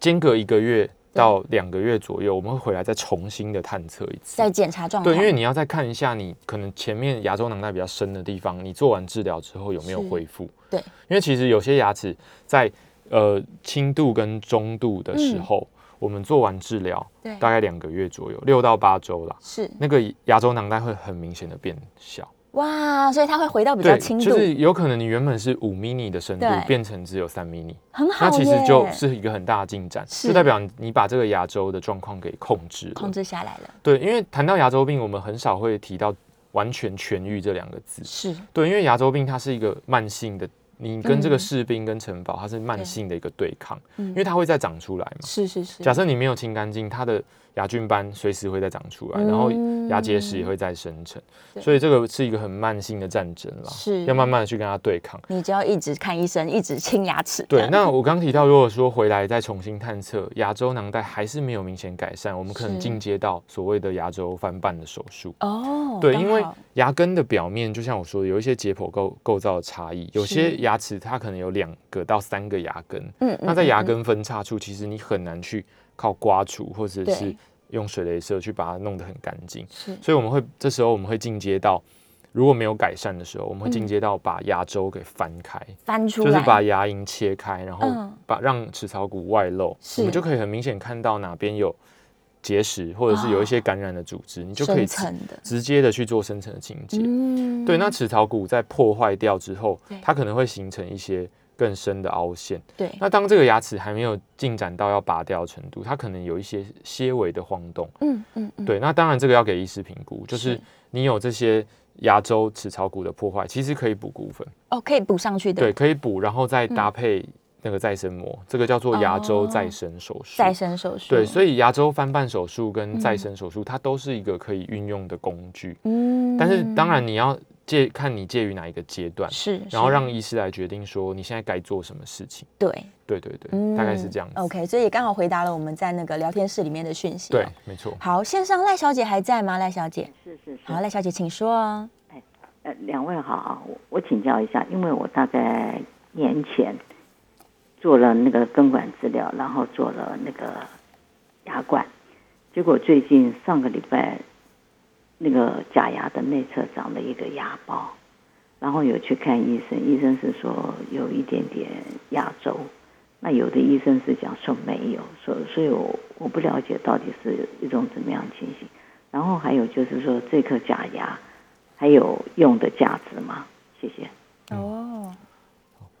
C: 间隔一个月到两个月左右，我们会回来再重新的探测一次
B: 在。检查状态，
C: 对，因为你要再看一下你可能前面牙周囊袋比较深的地方，你做完治疗之后有没有
B: 是
C: 恢复？
B: 对，
C: 因为其实有些牙齿在呃轻度跟中度的时
B: 嗯
C: 候，我们做完治疗
B: 对
C: 大概两个月左右，六到八周啦，
B: 是
C: 那个牙周囊袋会很明显的变小，
B: 哇，所以它会回到比较
C: 对，
B: 轻度，
C: 就是有可能你原本是五 mini 的深度
B: 对
C: 变成只有三 mini，
B: 很好
C: 那
B: 耶，
C: 其实就是一个很大的进展，
B: 是
C: 就代表你把这个牙周的状况给控制了。
B: 控制下来了，
C: 对，因为谈到牙周病，我们很少会提到完全痊愈这两个字。
B: 是
C: 对，因为牙周病它是一个慢性的，你跟这个
B: 嗯
C: 士兵跟城堡它是慢性的一个对抗，
B: 嗯
C: 因为它会再长出来嘛。
B: 是是是，
C: 假设你没有清干净，它的牙菌斑随时会再长出来，然后牙结石也会再生成，
B: 嗯对
C: 所以这个是一个很慢性的战争啦，
B: 是
C: 要慢慢的去跟它对抗。
B: 你就要一直看医生，一直清牙齿，
C: 对，那我刚提到，如果说回来再重新探测牙周囊袋还是没有明显改善，我们可能
B: 是
C: 进阶到所谓的牙周翻瓣的手术。
B: 哦，
C: 对，
B: 刚
C: 因为
B: 好
C: 牙根的表面，就像我说的，有一些解剖构构造的差异，有
B: 是
C: 些牙齿它可能有两个到三个牙根，
B: 嗯，
C: 那在
B: 嗯
C: 牙
B: 嗯
C: 根分叉处，其实你很难去靠刮除或者
B: 对
C: 是用水雷射去把它弄得很干净，
B: 是
C: 所以我们会这时候我们会进阶到。如果没有改善的时候，我们
B: 嗯
C: 会进阶到把牙周给翻开，
B: 翻出
C: 就
B: 来，
C: 是把牙龈切开，然后
B: 嗯
C: 把让齿槽骨外露，
B: 是
C: 我们就可以很明显看到哪边有结石，或者是有一些感染的组织，你就可以
B: 哦深层的，
C: 直接的去做深层的清洁。
B: 嗯
C: 对，那齿槽骨在破坏掉之后
B: 对，
C: 它可能会形成一些更深的凹陷。
B: 对，
C: 那当这个牙齿还没有进展到要拔掉的程度，它可能有一些些微的晃动。
B: 嗯嗯嗯，
C: 对，那当然这个要给医师评估，就是
B: 是
C: 你有这些牙周齿槽骨的破坏，其实可以补骨粉，
B: 哦，可以补上去的。
C: 对，，可以补，然后
B: 嗯
C: 再搭配那个再生膜，这个叫做牙周再生手术。
B: 哦再生手术。
C: 对，所
B: 以
C: 以牙周翻瓣手术跟再
B: 嗯
C: 生手术，它都是一个可以运用的工具。
B: 嗯
C: 但是当然你要介看你介于哪一个阶段，
B: 是，
C: 然后
B: 是
C: 让医师来决定说你现在该做什么事情。
B: 对，
C: 对对对，大概是这样子。
B: 嗯 OK，所以也刚好回答了我们在那个聊天室里面的讯息、
C: 对，，没错。
B: 好，线上赖小姐还在吗？赖小姐，
E: 是是
B: 好，
C: 嗯
E: 是，
B: 赖小姐请说哦。
E: 呃，两位好啊，我我请教一下，因为我大概年前做了那个根管治疗，然后做了那个牙冠，结果最近上个礼拜那个假牙的内侧长了一个牙包，然后有去看医生，医生是说有一点点牙周，那有的医生是讲说没有，所所以我我不了解到底是一种怎么样情形，然后还有就是说这颗假牙。还有用的价值吗？谢谢。
C: 嗯
B: 哦，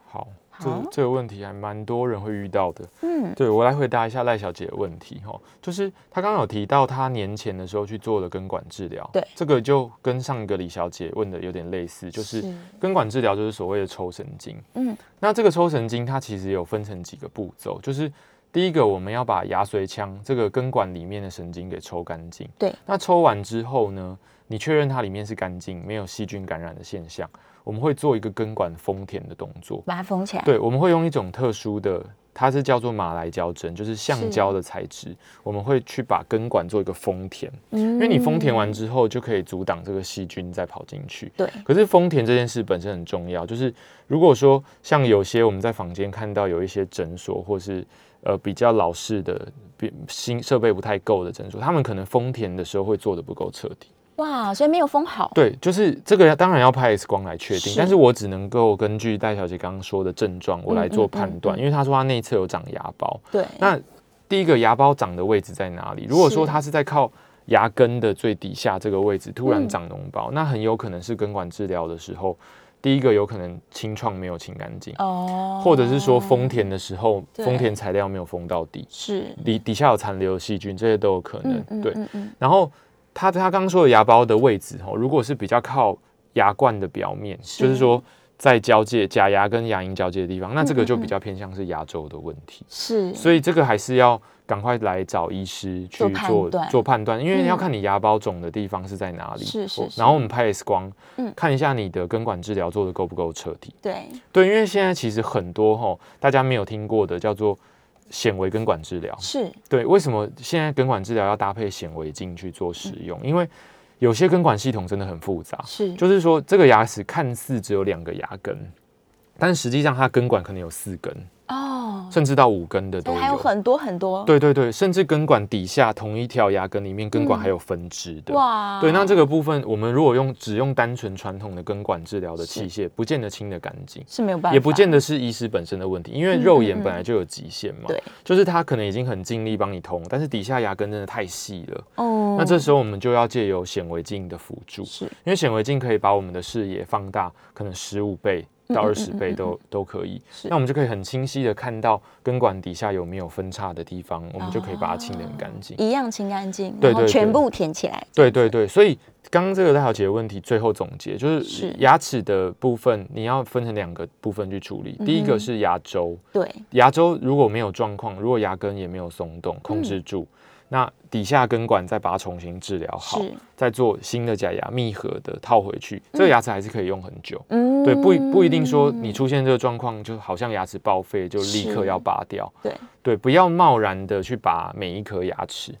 C: 好，
B: 好
C: 这这个问题还蛮多人会遇到的。
B: 嗯，
C: 对我来回答一下赖小姐的问题哈，就是她刚刚有提到她年前的时候去做了根管治疗，
B: 对
C: 这个就跟上一个李小姐问的有点类似，就是
B: 是
C: 根管治疗就是所谓的抽神经，
B: 嗯，
C: 那这个抽神经它其实有分成几个步骤，就是第一个我们要把牙髓腔这个根管里面的神经给抽干净，
B: 对，
C: 那抽完之后呢，你确认它里面是干净，没有细菌感染的现象，我们会做一个根管封填的动作，
B: 把它封起来。，
C: 对，我们会用一种特殊的，它是叫做马来胶针，就是
B: 是
C: 橡胶的材质。我们会去把根管做一个封填，
B: 嗯
C: 因为你封填完之后，就可以阻挡这个细菌再跑进去。
B: 对，
C: 可是封填这件事本身很重要，就是如果说像有些我们在坊间看到有一些诊所或是呃比较老式的、比新设备不太够的诊所，他们可能封填的时候会做的不够彻底。
B: 哇，所以没有封好。
C: 对，就是这个当然要拍 X 光来确定，
B: 是
C: 但是我只能够根据戴小姐刚刚说的症状，我来做判断，
B: 嗯嗯嗯嗯
C: 因为她说她内侧有长牙包。
B: 对，
C: 那第一个牙包长的位置在哪里？如果说它是在靠牙根的最底下这个位置
B: 嗯
C: 突然长脓包，那很有可能是根管治疗的时候，第一个有可能清创没有清干净，
B: 哦，
C: 或者是说封填的时候
B: 对
C: 封填材料没有封到底，
B: 是，
C: 底底下有残留的细菌，这些都有可能。对，
B: 嗯嗯，
C: 然后他他刚刚说的牙包的位置哦，如果是比较靠牙冠的表面，
B: 是
C: 就是说在交界假牙跟牙龈交界的地方，那
B: 嗯
C: 这个
B: 嗯
C: 就比
B: 嗯
C: 较偏向是牙周的问题。
B: 是，
C: 所以这个还是要赶快来找医师去
B: 做判
C: 做
B: 断
C: 做判断，因为
B: 嗯
C: 要看你牙包肿的地方是在哪里。
B: 是是
C: 哦
B: 是
C: 然后我们拍 X 光，
B: 嗯
C: 看一下你的根管治疗做的够不够彻底。
B: 对，
C: 对，因为现在其实很多吼大家没有听过的叫做显微根管治疗。
B: 是
C: 对，为什么现在根管治疗要搭配显微镜去做使用？因为有些根管系统真的很复杂，
B: 是，
C: 就是说这个牙齿看似只有两个牙根，但实际上它根管可能有四根，
B: 哦，哎
C: 甚至到五根的都
B: 还有
C: 有。
B: 很多很多，，
C: 对对对，甚至根管底下同一条牙根里面根管还有分支的。
B: 嗯哇，
C: 对，那这
B: 个
C: 个部分我们如果用只用单纯传统的根管治疗的器械，不见得清得干净。
B: 是没有办法，
C: 也不见得是医师本身的问题，因为
B: 嗯
C: 肉
B: 嗯
C: 眼
B: 嗯
C: 本来就有极限嘛。
B: 对，
C: 就是他可能已经很尽力帮你通，但是底下牙根真的太细了。
B: 哦，
C: 那这时候我们就要借由显微镜的辅助，
B: 是
C: 因为显微镜可以把我们的视野放大，可能十五倍到
B: 嗯嗯
C: 二
B: 嗯
C: 十
B: 嗯
C: 倍
B: 嗯
C: 都都可以。
B: 是
C: 那我们就可以很清晰的看到根管底下有没有分叉的地方，我们就可以把它清得很干净。
B: 一样清干净，
C: 对
B: 然后
C: 对
B: 全
C: 对
B: 部填起来，
C: 对对对，所以刚刚这个大小姐的问题，最后总结就是是牙齿的部分，你要分成两个部分去处理。第一
B: 嗯哼
C: 个是牙周，
B: 对，
C: 牙周如果没有状况，如果牙根也没有松
B: 嗯
C: 动，控制住，那底下根管再把它重新治疗好，
B: 是，
C: 再做新的假牙密合的套回去，这个牙齿还是可以用很久。
B: 嗯
C: 对，不一不一定说你出现这个状况，就好像牙齿报废就是立刻要拔掉。
B: 对
C: 对，不要贸然的去拔每一颗牙齿。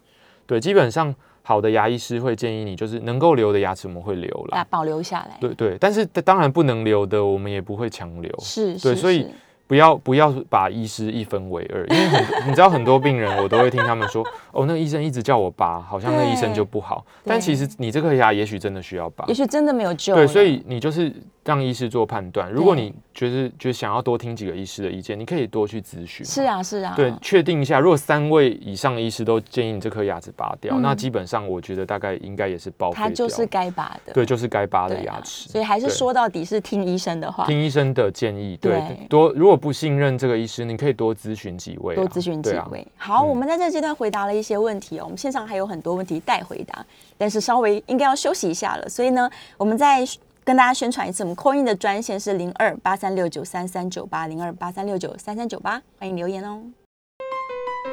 C: 对，基本上好的牙医师会建议你，就是能够留的牙齿我们会留
B: 把它
C: 啦。
B: 保留下来，
C: 对对，但是当然不能留的，我们也不会强留。
B: 是，是
C: 对所以
B: 是
C: 不要不要把医师一分为二，因为很 多你知道很多病人我都会听他们说，哦，那个医生一直叫我拔，好像那医生就不好。但
B: 对
C: 其实你这颗牙也许真的需要拔
B: 也。许真的没有救了，
C: 对，所以你就是让医师做判断。如果你觉得觉得想要多听几个医师的意见，你可以多去咨询。
B: 是，啊，是啊，
C: 对，确定一下。如果三位以上的医师都建议你这颗牙齿拔掉，
B: 嗯
C: 那基本上我觉得大概应该也是报废
B: 它
C: 掉。
B: 就是该拔的，
C: 对，就是该拔的
B: 对啊
C: 牙齿。
B: 所以还是
C: 对
B: 说到底是听医生的话，
C: 听医生的建议，对，
B: 对
C: 多如果不信任这个医师，你可以多咨询几位啊、
B: 多咨询几
C: 对啊
B: 位。好，
C: 嗯
B: 我们在这阶段回答了一些问题哦，我们线上还有很多问题待回答，但是稍微应该要休息一下了，所以呢，我们再跟大家宣传一次，我们扣印的专线是零二八三六九三三九八零二八三六九三三九八，欢迎留言哦。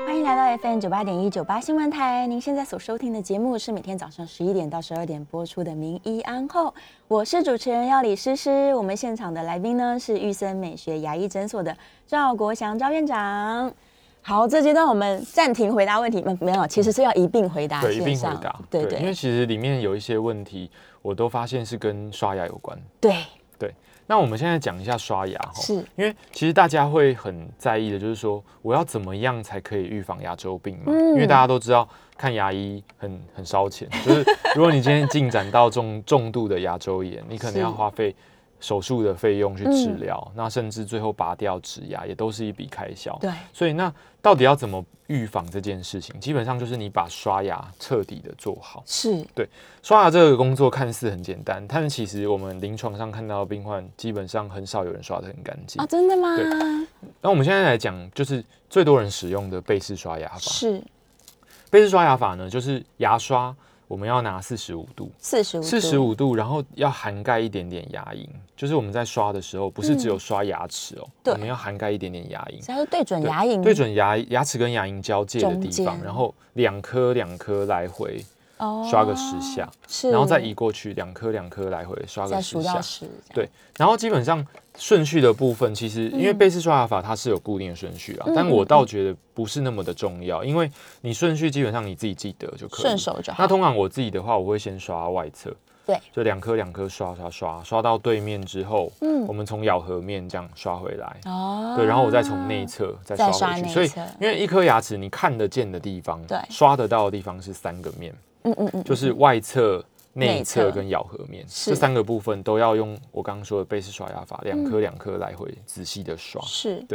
B: 欢迎来到 FM 九八点一九八新闻台，您现在所收听的节目是每天早上十一点到十二点播出的《名医安后》，我是主持人要李诗诗。我们现场的来宾呢是玉森美学牙医诊所的赵国祥赵院长。好，这阶段我们暂停回答问题，没没有，其实是要一并回答
C: 对，一
B: 啊线
C: 并回
B: 上，
C: 答。
B: 对
C: 因为
B: 对
C: 其实里面有一些问题，我都发现是跟刷牙有关。
B: 对，
C: 那我们现在讲一下刷牙哈，
B: 是
C: 因为其实大家会很在意的，就是说我要怎么样才可以预防牙周病嘛？
B: 嗯
C: 因为大家都知道看牙医很很烧钱，就是如果你今天进展到重重度的牙周炎，你可
B: 是
C: 能要花费手术的费用去治
B: 嗯
C: 疗，那甚至最后拔掉植牙也都是一笔开销。
B: 对，
C: 所以那到底要怎么预防这件事情？基本上就是你把刷牙彻底的做好。
B: 是
C: 刷牙这个工作看似很简单，但是其实我们临床上看到的病患基本上很少有人刷得很干净
B: 啊，。真的吗？
C: 对那我们现在来讲，就是最多人使用的贝氏刷牙法。
B: 是
C: 贝氏刷牙法呢，就是牙刷我们要拿四十五度，
B: 四十五，
C: 四十，五度，然后要涵盖一点点牙龈，就是我们在刷的时候，不是只有刷牙齿哦，
B: 对嗯
C: 我们要涵盖一点点牙龈。
B: 只要是对准
C: 对
B: 牙龈，
C: 对准牙牙齿跟牙龈交界的
B: 中
C: 地
B: 间
C: 方，然后两颗两颗来回
B: 哦
C: 刷个十下，
B: 是，
C: 然后再移过去，两颗两颗来回刷
B: 哦再
C: 个
B: 数
C: 十
B: 到
C: 下。
B: 十，这样
C: 对，然后基本上顺序的部分，其实因为
B: 嗯
C: 贝氏刷牙法它是有固定的顺序啦，
B: 嗯
C: 但
B: 嗯
C: 我倒
B: 嗯
C: 觉得不是那么的重要，因为你顺序基本上你自己记得就可以。
B: 顺手就好。
C: 那通常我自己的话，我会先刷外侧，
B: 对，
C: 就两颗两颗刷刷刷，刷到对面之后，
B: 嗯
C: 我们从咬合面这样刷回来，
B: 哦
C: 对，然后我再从内侧再
B: 再
C: 刷
B: 刷
C: 回去。
B: 内
C: 所以
B: 侧
C: 因为一颗牙齿你看得见的地方，
B: 对
C: 刷得到的地方是三个面，
B: 嗯嗯嗯，
C: 就是外侧。
B: 内
C: 内侧
B: 侧
C: 跟咬合面
B: 是
C: 这三个部分都要用我刚刚说的贝氏刷牙法，两
B: 嗯
C: 颗两颗来回仔细的刷。
B: 是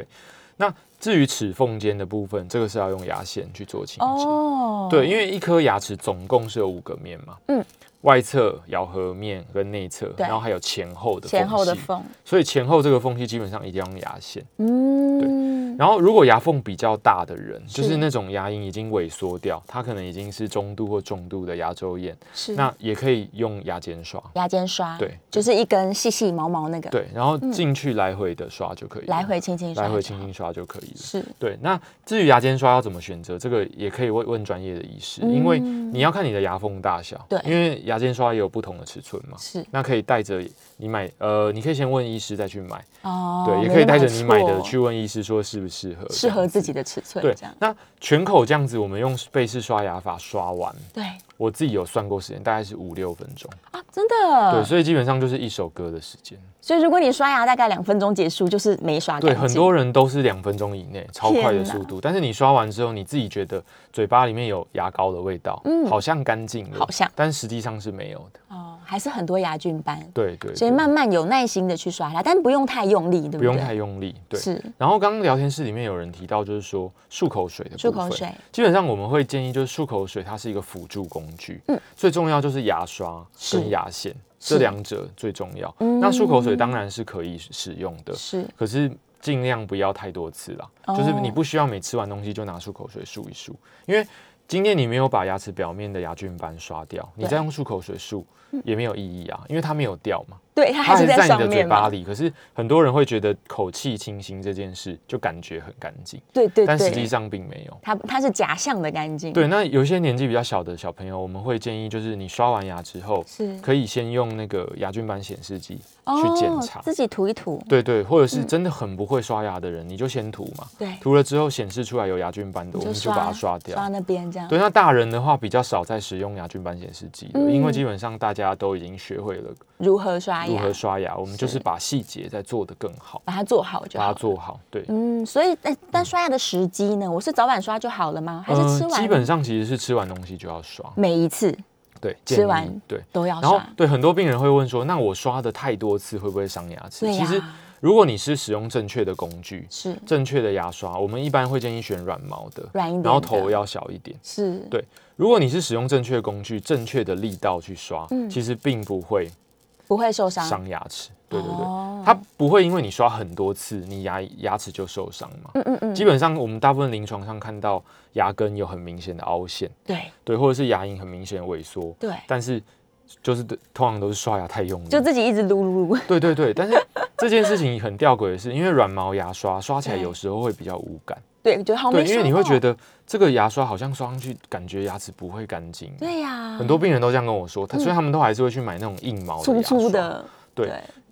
C: 那至于齿缝间的部分，这个是要用牙线去做清洁。
B: 哦，
C: 对，因为一颗牙齿总共是有五个面嘛，
B: 嗯，
C: 外侧咬合面跟内侧，
B: 对
C: 然后还有前后的
B: 前后的
C: 隙，
B: 缝，
C: 所以前后这个缝隙基本上一定要用牙线。
B: 嗯，
C: 然后如果牙缝比较大的人，
B: 是
C: 就是那种牙龈已经萎缩掉，他可能已经是中度或重度的牙周炎，
B: 是
C: 那也可以用牙间刷。
B: 牙尖刷，
C: 对
B: 就是一根细细毛毛那个，，
C: 对，然后进去来回的刷就可以了，
B: 嗯来回轻轻刷，
C: 来回轻轻，刷就可以了。
B: 是
C: 对，那至于牙间刷要怎么选择，这个也可以问问专业的医师，因为
B: 嗯
C: 你要看你的牙缝大小，
B: 对
C: 因为牙间刷也有不同的尺寸嘛，
B: 是
C: 那可以带着你买，呃，你可以先问医师再去买，
B: 哦，
C: 对，也
B: 没
C: 可以
B: 那么
C: 带着你买的
B: 错
C: 去问医师说适不适合，
B: 适合自己
C: 的。
B: 的尺寸，
C: 对
B: 这样，，
C: 那全口这样子，我们用贝氏刷牙法刷完，
B: 对
C: 我自己有算过时间，大概是五六分钟，
B: 啊，真的，
C: 对，所以基本上就是一首歌的时间。
B: 所以如果你刷牙大概两分钟结束，就是没刷干
C: 对，
B: 净，
C: 很多人都是两分钟以内，超快
B: 天
C: 的
B: 哪
C: 速度。但是你刷完之后，你自己觉得嘴巴里面有牙膏的味道，
B: 嗯
C: 好像干净了，
B: 好像
C: 但实际上是没有的。
B: 哦，还是很多牙菌斑，
C: 对对
B: 所以
C: 对
B: 慢慢有耐心的去刷它，但不用太用力，对不对？
C: 不用太用力。对。
B: 是
C: 然后刚刚聊天室里面有人提到，就是说漱口水的部
B: 漱
C: 分
B: 口水，
C: 基本上我们会建议就是漱口水，它是一个辅助工具，
B: 嗯
C: 最重要就是牙刷
B: 是
C: 跟牙线
B: 是
C: 这两者最重要。
B: 嗯
C: 那漱口水当然是可以使用的，
B: 是
C: 可是尽量不要太多次啦，
B: 哦
C: 就是你不需要每吃完东西就拿漱口水漱一漱，因为今天你没有把牙齿表面的牙菌斑刷掉，你
B: 对嗯
C: 再用漱口水漱也没有意义啊，因为它没有掉嘛，
B: 对，它
C: 它
B: 还是在
C: 还在你
B: 上
C: 的嘴
B: 面
C: 巴
B: 嘛。
C: 里。可是很多人会觉得口气清新这件事就感觉很干净，
B: 对对
C: 但实际
B: 对，
C: 上并没有。
B: 它它是假象的干净。
C: 对，，那有一些年纪比较小的小朋友，我们会建议就是你刷完牙之后，
B: 是
C: 可以先用那个牙菌斑显示剂
B: 哦
C: 去检查，
B: 自己嗯涂一涂。
C: 对对，或者是真的很不会刷牙的人，你就先涂嘛。
B: 对
C: 涂了之后显示出来有牙菌斑的，
B: 你
C: 我们就把它
B: 刷
C: 刷掉。
B: 那边这样。
C: 对，那大人的话比较少在使用牙菌斑显示剂了，
B: 嗯
C: 因为基本上大家都已经学会了
B: 如何刷牙？
C: 如何刷牙，我们就是
B: 是
C: 把细节再做得更好，
B: 把它做好就
C: 把
B: 好了。
C: 它做好。对，
B: 嗯，所以但但刷牙的时机呢？我是早晚刷就好了吗？还是吃
C: 嗯
B: 完？
C: 基本上其实是吃完东西就要刷，
B: 每一次
C: 对，
B: 吃
C: 建议
B: 完
C: 对。
B: 都要
C: 然后
B: 刷。
C: 对很多病人会问说，那我刷的太多次会不会伤牙齿？
B: 对啊
C: 其实
B: 呀
C: 如果你是使用正确的工具、
B: 是
C: 正确的牙刷，我们一般会建议选软毛的，
B: 软一点的
C: 然后头要小一点。
B: 是，
C: 对如果你是使用正确的工具、正确的力道去刷，
B: 嗯
C: 其实并不会
B: 不会受伤。
C: 伤牙齿。对对对，
B: 哦
C: 它不会因为你刷很多次，你牙牙齿就受伤嘛。
B: 嗯嗯嗯，
C: 基本上我们大部分临床上看到牙根有很明显的凹陷，
B: 对
C: 对，或者是牙龈很明显的萎缩，
B: 对，
C: 但是就是通常都是刷牙太用力，
B: 就自己一直撸撸撸。
C: 对对对，但是这件事情很吊诡的是，因为软毛牙刷刷起来有时候会比较无感，
B: 对，就哦好没
C: 对，因为你
B: 刷
C: 会
B: 到
C: 觉得这个牙刷好像刷上去感觉牙齿不会干净。啊
B: 对呀、
C: 很多病人都这样跟我说，他所以他们都还是会去买那种硬
B: 嗯
C: 毛的
B: 粗
C: 牙
B: 粗
C: 刷。
B: 的，
C: 对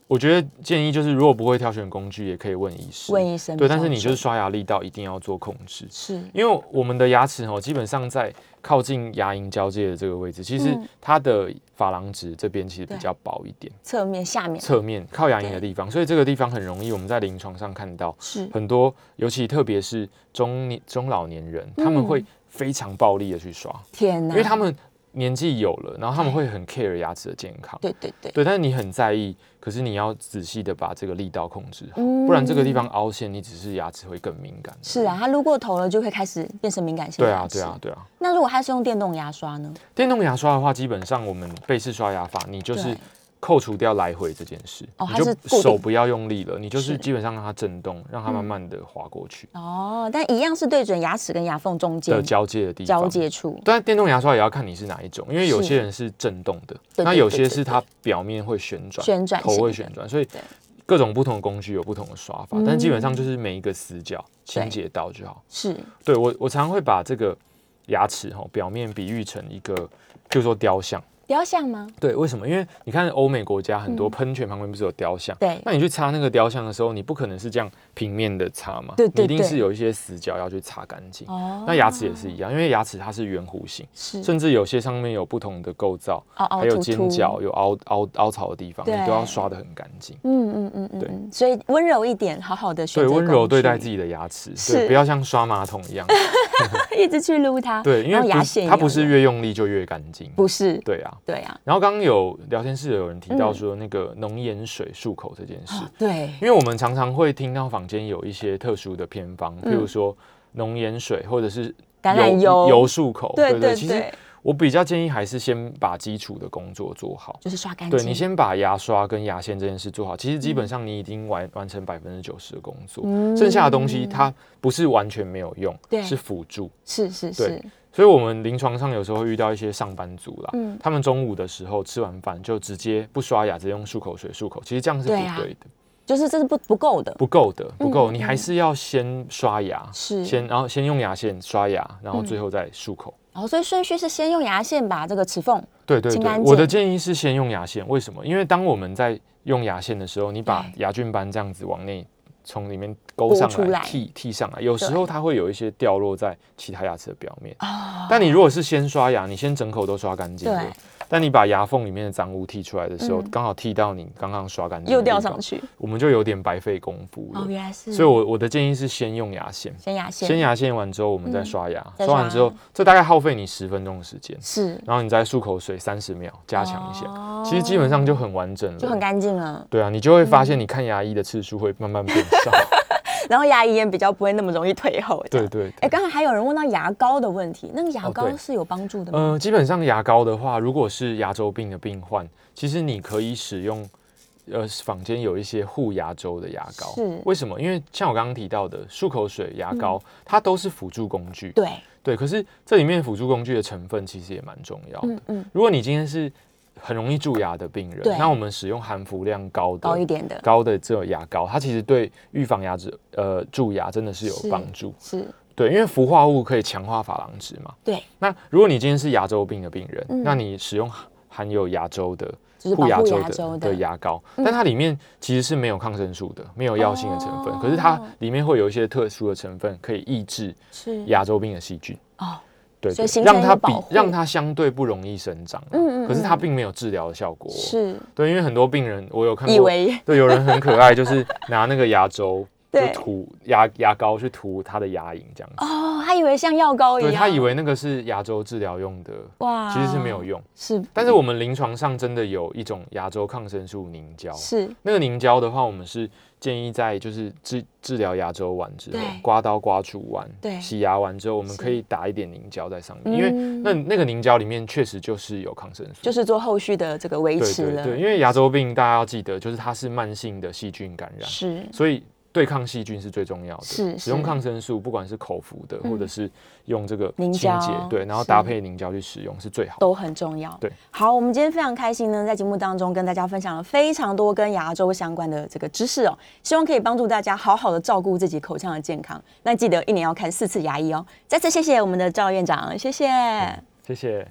C: 我觉得建议就是，如果不会挑选工具，也可以问医师。
B: 问医生
C: 对，
B: 比
C: 但是
B: 较
C: 你就是
B: 准
C: 刷牙力道一定要做控制，
B: 是
C: 因为我们的牙齿哦，基本上在靠近牙龈交界的这个位置，其实
B: 嗯
C: 它的珐琅质这边其实比
B: 对
C: 较薄一点。
B: 侧面下面
C: 侧面靠牙龈
B: 对
C: 的地方，所以这个地方很容易我们在临床上看到
B: 是
C: 很多，尤其特别是中年中老年人，他
B: 嗯
C: 们会非常暴力的去刷，
B: 天哪，
C: 因为他们年纪有了，然后他们会很 care 牙齿的健康。
B: 对对对，
C: 对，但是你很在意，可是你要仔细的把这个力道控制好，
B: 嗯
C: 不然这个地方凹陷，你只是牙齿会更敏感。
B: 是啊，，它撸过头了就会开始变成敏感性
C: 对
B: 牙
C: 啊，
B: 齿
C: 对啊，。对啊。
B: 那如果它是用电动牙刷呢？
C: 电动牙刷的话，基本上我们背式刷牙法，你就是
B: 对
C: 扣除掉来回这件事，
B: 哦它
C: 你
B: 是固
C: 就手
B: 定
C: 不要用力了，你就是
B: 是嗯
C: 基本上让它震动，让它慢慢的滑过去
B: 哦，但一样是对准牙齿跟牙缝中
C: 的
B: 间
C: 交界的地方。
B: 交界。处，
C: 但电动牙刷也要看你是哪一种，因为有
B: 是
C: 些人是震动的，
B: 对
C: 那
B: 对
C: 有
B: 对
C: 些
B: 对
C: 是它表面会旋转，
B: 旋转
C: 头
B: 型
C: 会
B: 的
C: 旋转，所以
B: 对嗯
C: 各种不同的工具有不同的刷法，但基本上就是每一个死角
B: 对
C: 清洁到就好。
B: 是
C: 对我，我常常会把这个牙齿哈表面比喻成一个，譬如说雕像。
B: 雕像吗？
C: 对，为什么？因为你看欧美国家很多喷泉旁边不是有雕像？
B: 嗯对
C: 那你去擦那个雕像的时候，你不可能是这样平面的擦嘛，
B: 对对
C: 你一定
B: 对
C: 是有一些死角要去擦干净。
B: 哦
C: 那牙齿也是一样，因为牙齿它是圆弧形，
B: 是
C: 甚至有些上面有不同的构造，
B: 凹凹
C: 还有
B: 凸
C: 尖
B: 凸
C: 角、有凹凹凹槽的地方，你
B: 对
C: 都要刷得很干净。
B: 嗯嗯嗯嗯
C: 对
B: 嗯，所以温柔一点，好好的选
C: 对，
B: 择
C: 温柔
B: 工
C: 对待
B: 具
C: 自，己的牙齿，
B: 是
C: 对，不要像刷马桶一样。
B: 一直去撸它，
C: 对，因
B: 然后
C: 为
B: 牙
C: 不
B: 线
C: 是
B: 也
C: 它
B: 要
C: 不是
B: 用
C: 越用力就越干净。
B: 不是，
C: 对啊。
B: 对呀，
C: 然后刚刚有聊天室有人提到
B: 嗯
C: 说那个浓盐水漱口这件事，
B: 哦对
C: 因为我们常常会听到坊间有一些特殊的偏方，譬如说浓盐水或者是
B: 嗯橄榄油
C: 油油漱口，
B: 对对
C: 其
B: 对
C: 实我比较建议还是先把基础的工作做好。
B: 就是刷干净，
C: 对你先把牙刷跟牙线这件事做好，其实基本上你已经完、完成百分之九十的工作，
B: 嗯
C: 剩下的东西它不是完全没有用
B: 对，
C: 是辅助。
B: 是是
C: 对
B: 是，
C: 所以我们临床上有时候会遇到一些上班族啦，
B: 嗯
C: 他们中午的时候吃完饭就直接不刷牙，直接用漱口水漱口，其实这样是不
B: 对
C: 对
B: 啊
C: 的。
B: 就是这是不不够的，
C: 不够的，不够，
B: 嗯
C: 你还是要先刷牙，
B: 是嗯
C: 先，然后先用牙线刷牙，然后最后再漱口。
B: 然哦后所以顺序是先用牙线把这个齿缝，
C: 对对
B: 清
C: 对
B: 干，
C: 我
B: 净
C: 的建议是先用牙线，为什么？因为当我们在用牙线的时候，你把
B: 对
C: 牙菌斑这样子往内从里面
B: 拨
C: 勾上
B: 出来
C: 来、剔剔上来，有时候它会有一些掉落在其他牙齿的表面。
B: 哦
C: 但你如果是先刷牙，你先整口都刷干净了
B: 对，
C: 但你把牙缝里面的脏污剔出来的时候，
B: 嗯
C: 刚好剔到你刚刚刷干净，
B: 又掉上，去，
C: 我们就有点白费功夫了
B: 哦。原来是，
C: 所以我我的建议是先用牙线。
B: 先牙线，
C: 先牙线完之后，我们再刷牙。
B: 再
C: 刷
B: 刷
C: 完之后，这大概耗费你十分钟的时间，
B: 是
C: 然后你再漱口水三十秒，加强一下。
B: 哦
C: 其实基本上就很完整了，
B: 就很干嗯净了，
C: 对啊，你就会发现你看牙医的次数会慢慢变 少。
B: 然后牙龈也比较不会那么容易退后，这
C: 对
B: 样。
C: 对
B: 哎，
C: 对。
B: 刚才还有人问到牙膏的问题，那个牙
C: 哦
B: 膏
C: 对
B: 是有帮助的吗？
C: 呃，基本上牙膏的话，如果是牙周病的病患，其实你可以使用，呃，坊间有一些护牙周的牙膏。
B: 是嗯
C: 为什么？因为像我刚刚提到的漱口水、牙膏，它都是辅助工具。
B: 对，
C: 对，可是这里面辅助工具的成分其实也蛮重要的。
B: 嗯嗯，
C: 如果你今天是很容易蛀牙的病人
B: 对，
C: 那我们使用含氟量高的
B: 高一点的
C: 高的这种牙膏，它其实对预防牙齿呃蛀牙真的是有帮助。
B: 是，
C: 对，因为氟化物可以强化珐琅质嘛。
B: 对，
C: 那如果你今天是牙周病的病人，
B: 嗯
C: 那你使用含含有牙周的。
B: 就是保
C: 护牙
B: 护
C: 周
B: 牙周
C: 的
B: 的嗯
C: 的牙膏，但它里面其实是没有抗生素的，没有药性的成分，可是它
B: 哦
C: 里面会有一些特殊的成分可以抑制
B: 是
C: 牙周病的细菌。
B: 哦，
C: 对
B: 所以
C: 对
B: 形成
C: 让
B: 一
C: 它
B: 个
C: 比
B: 保护
C: 让它相对不容易生长啊、
B: 嗯嗯嗯
C: 可是它并没有治疗的效果哦、
B: 是
C: 对，因为很多病人我有看过，
B: 以为。
C: 对有人很可爱，就是拿那个牙周
B: 对
C: 就涂牙牙膏去涂他的牙龈这样子。
B: 哦，他以为像药膏一
C: 对
B: 样，
C: 他以为那个是牙周治疗用的，
B: 哇
C: 其实是没有用。
B: 是，
C: 但是我们临床上真的有一种牙周抗生素凝胶，
B: 是
C: 那个凝胶的话，我们是建议在就是治治疗牙周完之后
B: 对，
C: 刮刀刮除完，
B: 对
C: 洗牙完之后，我们
B: 是
C: 可以打一点凝胶在上
B: 嗯
C: 面，因为那那个凝胶里面确实就是有抗生素，
B: 就是做后续的这个维
C: 对
B: 持
C: 对
B: 了，
C: 对，因为牙周病大家要记得，就是它是慢性的细菌感染，
B: 是
C: 所以对抗细菌是最重要的。
B: 是
C: 使用
B: 是
C: 抗生素，不管是口服的，
B: 嗯
C: 或者是用这个
B: 凝
C: 清
B: 胶
C: 洁，对，然后
B: 是
C: 搭配凝胶去使用是最好的。
B: 都很重要。
C: 对，
B: 好，我们今天非常开心呢，在节目当中跟大家分享了非常多跟牙周相关的这个知识哦，希望可以帮助大家好好的照顾自己口腔的健康。那记得一年要看四次牙医哦。再次谢谢我们的赵院长，谢谢。
C: 谢谢。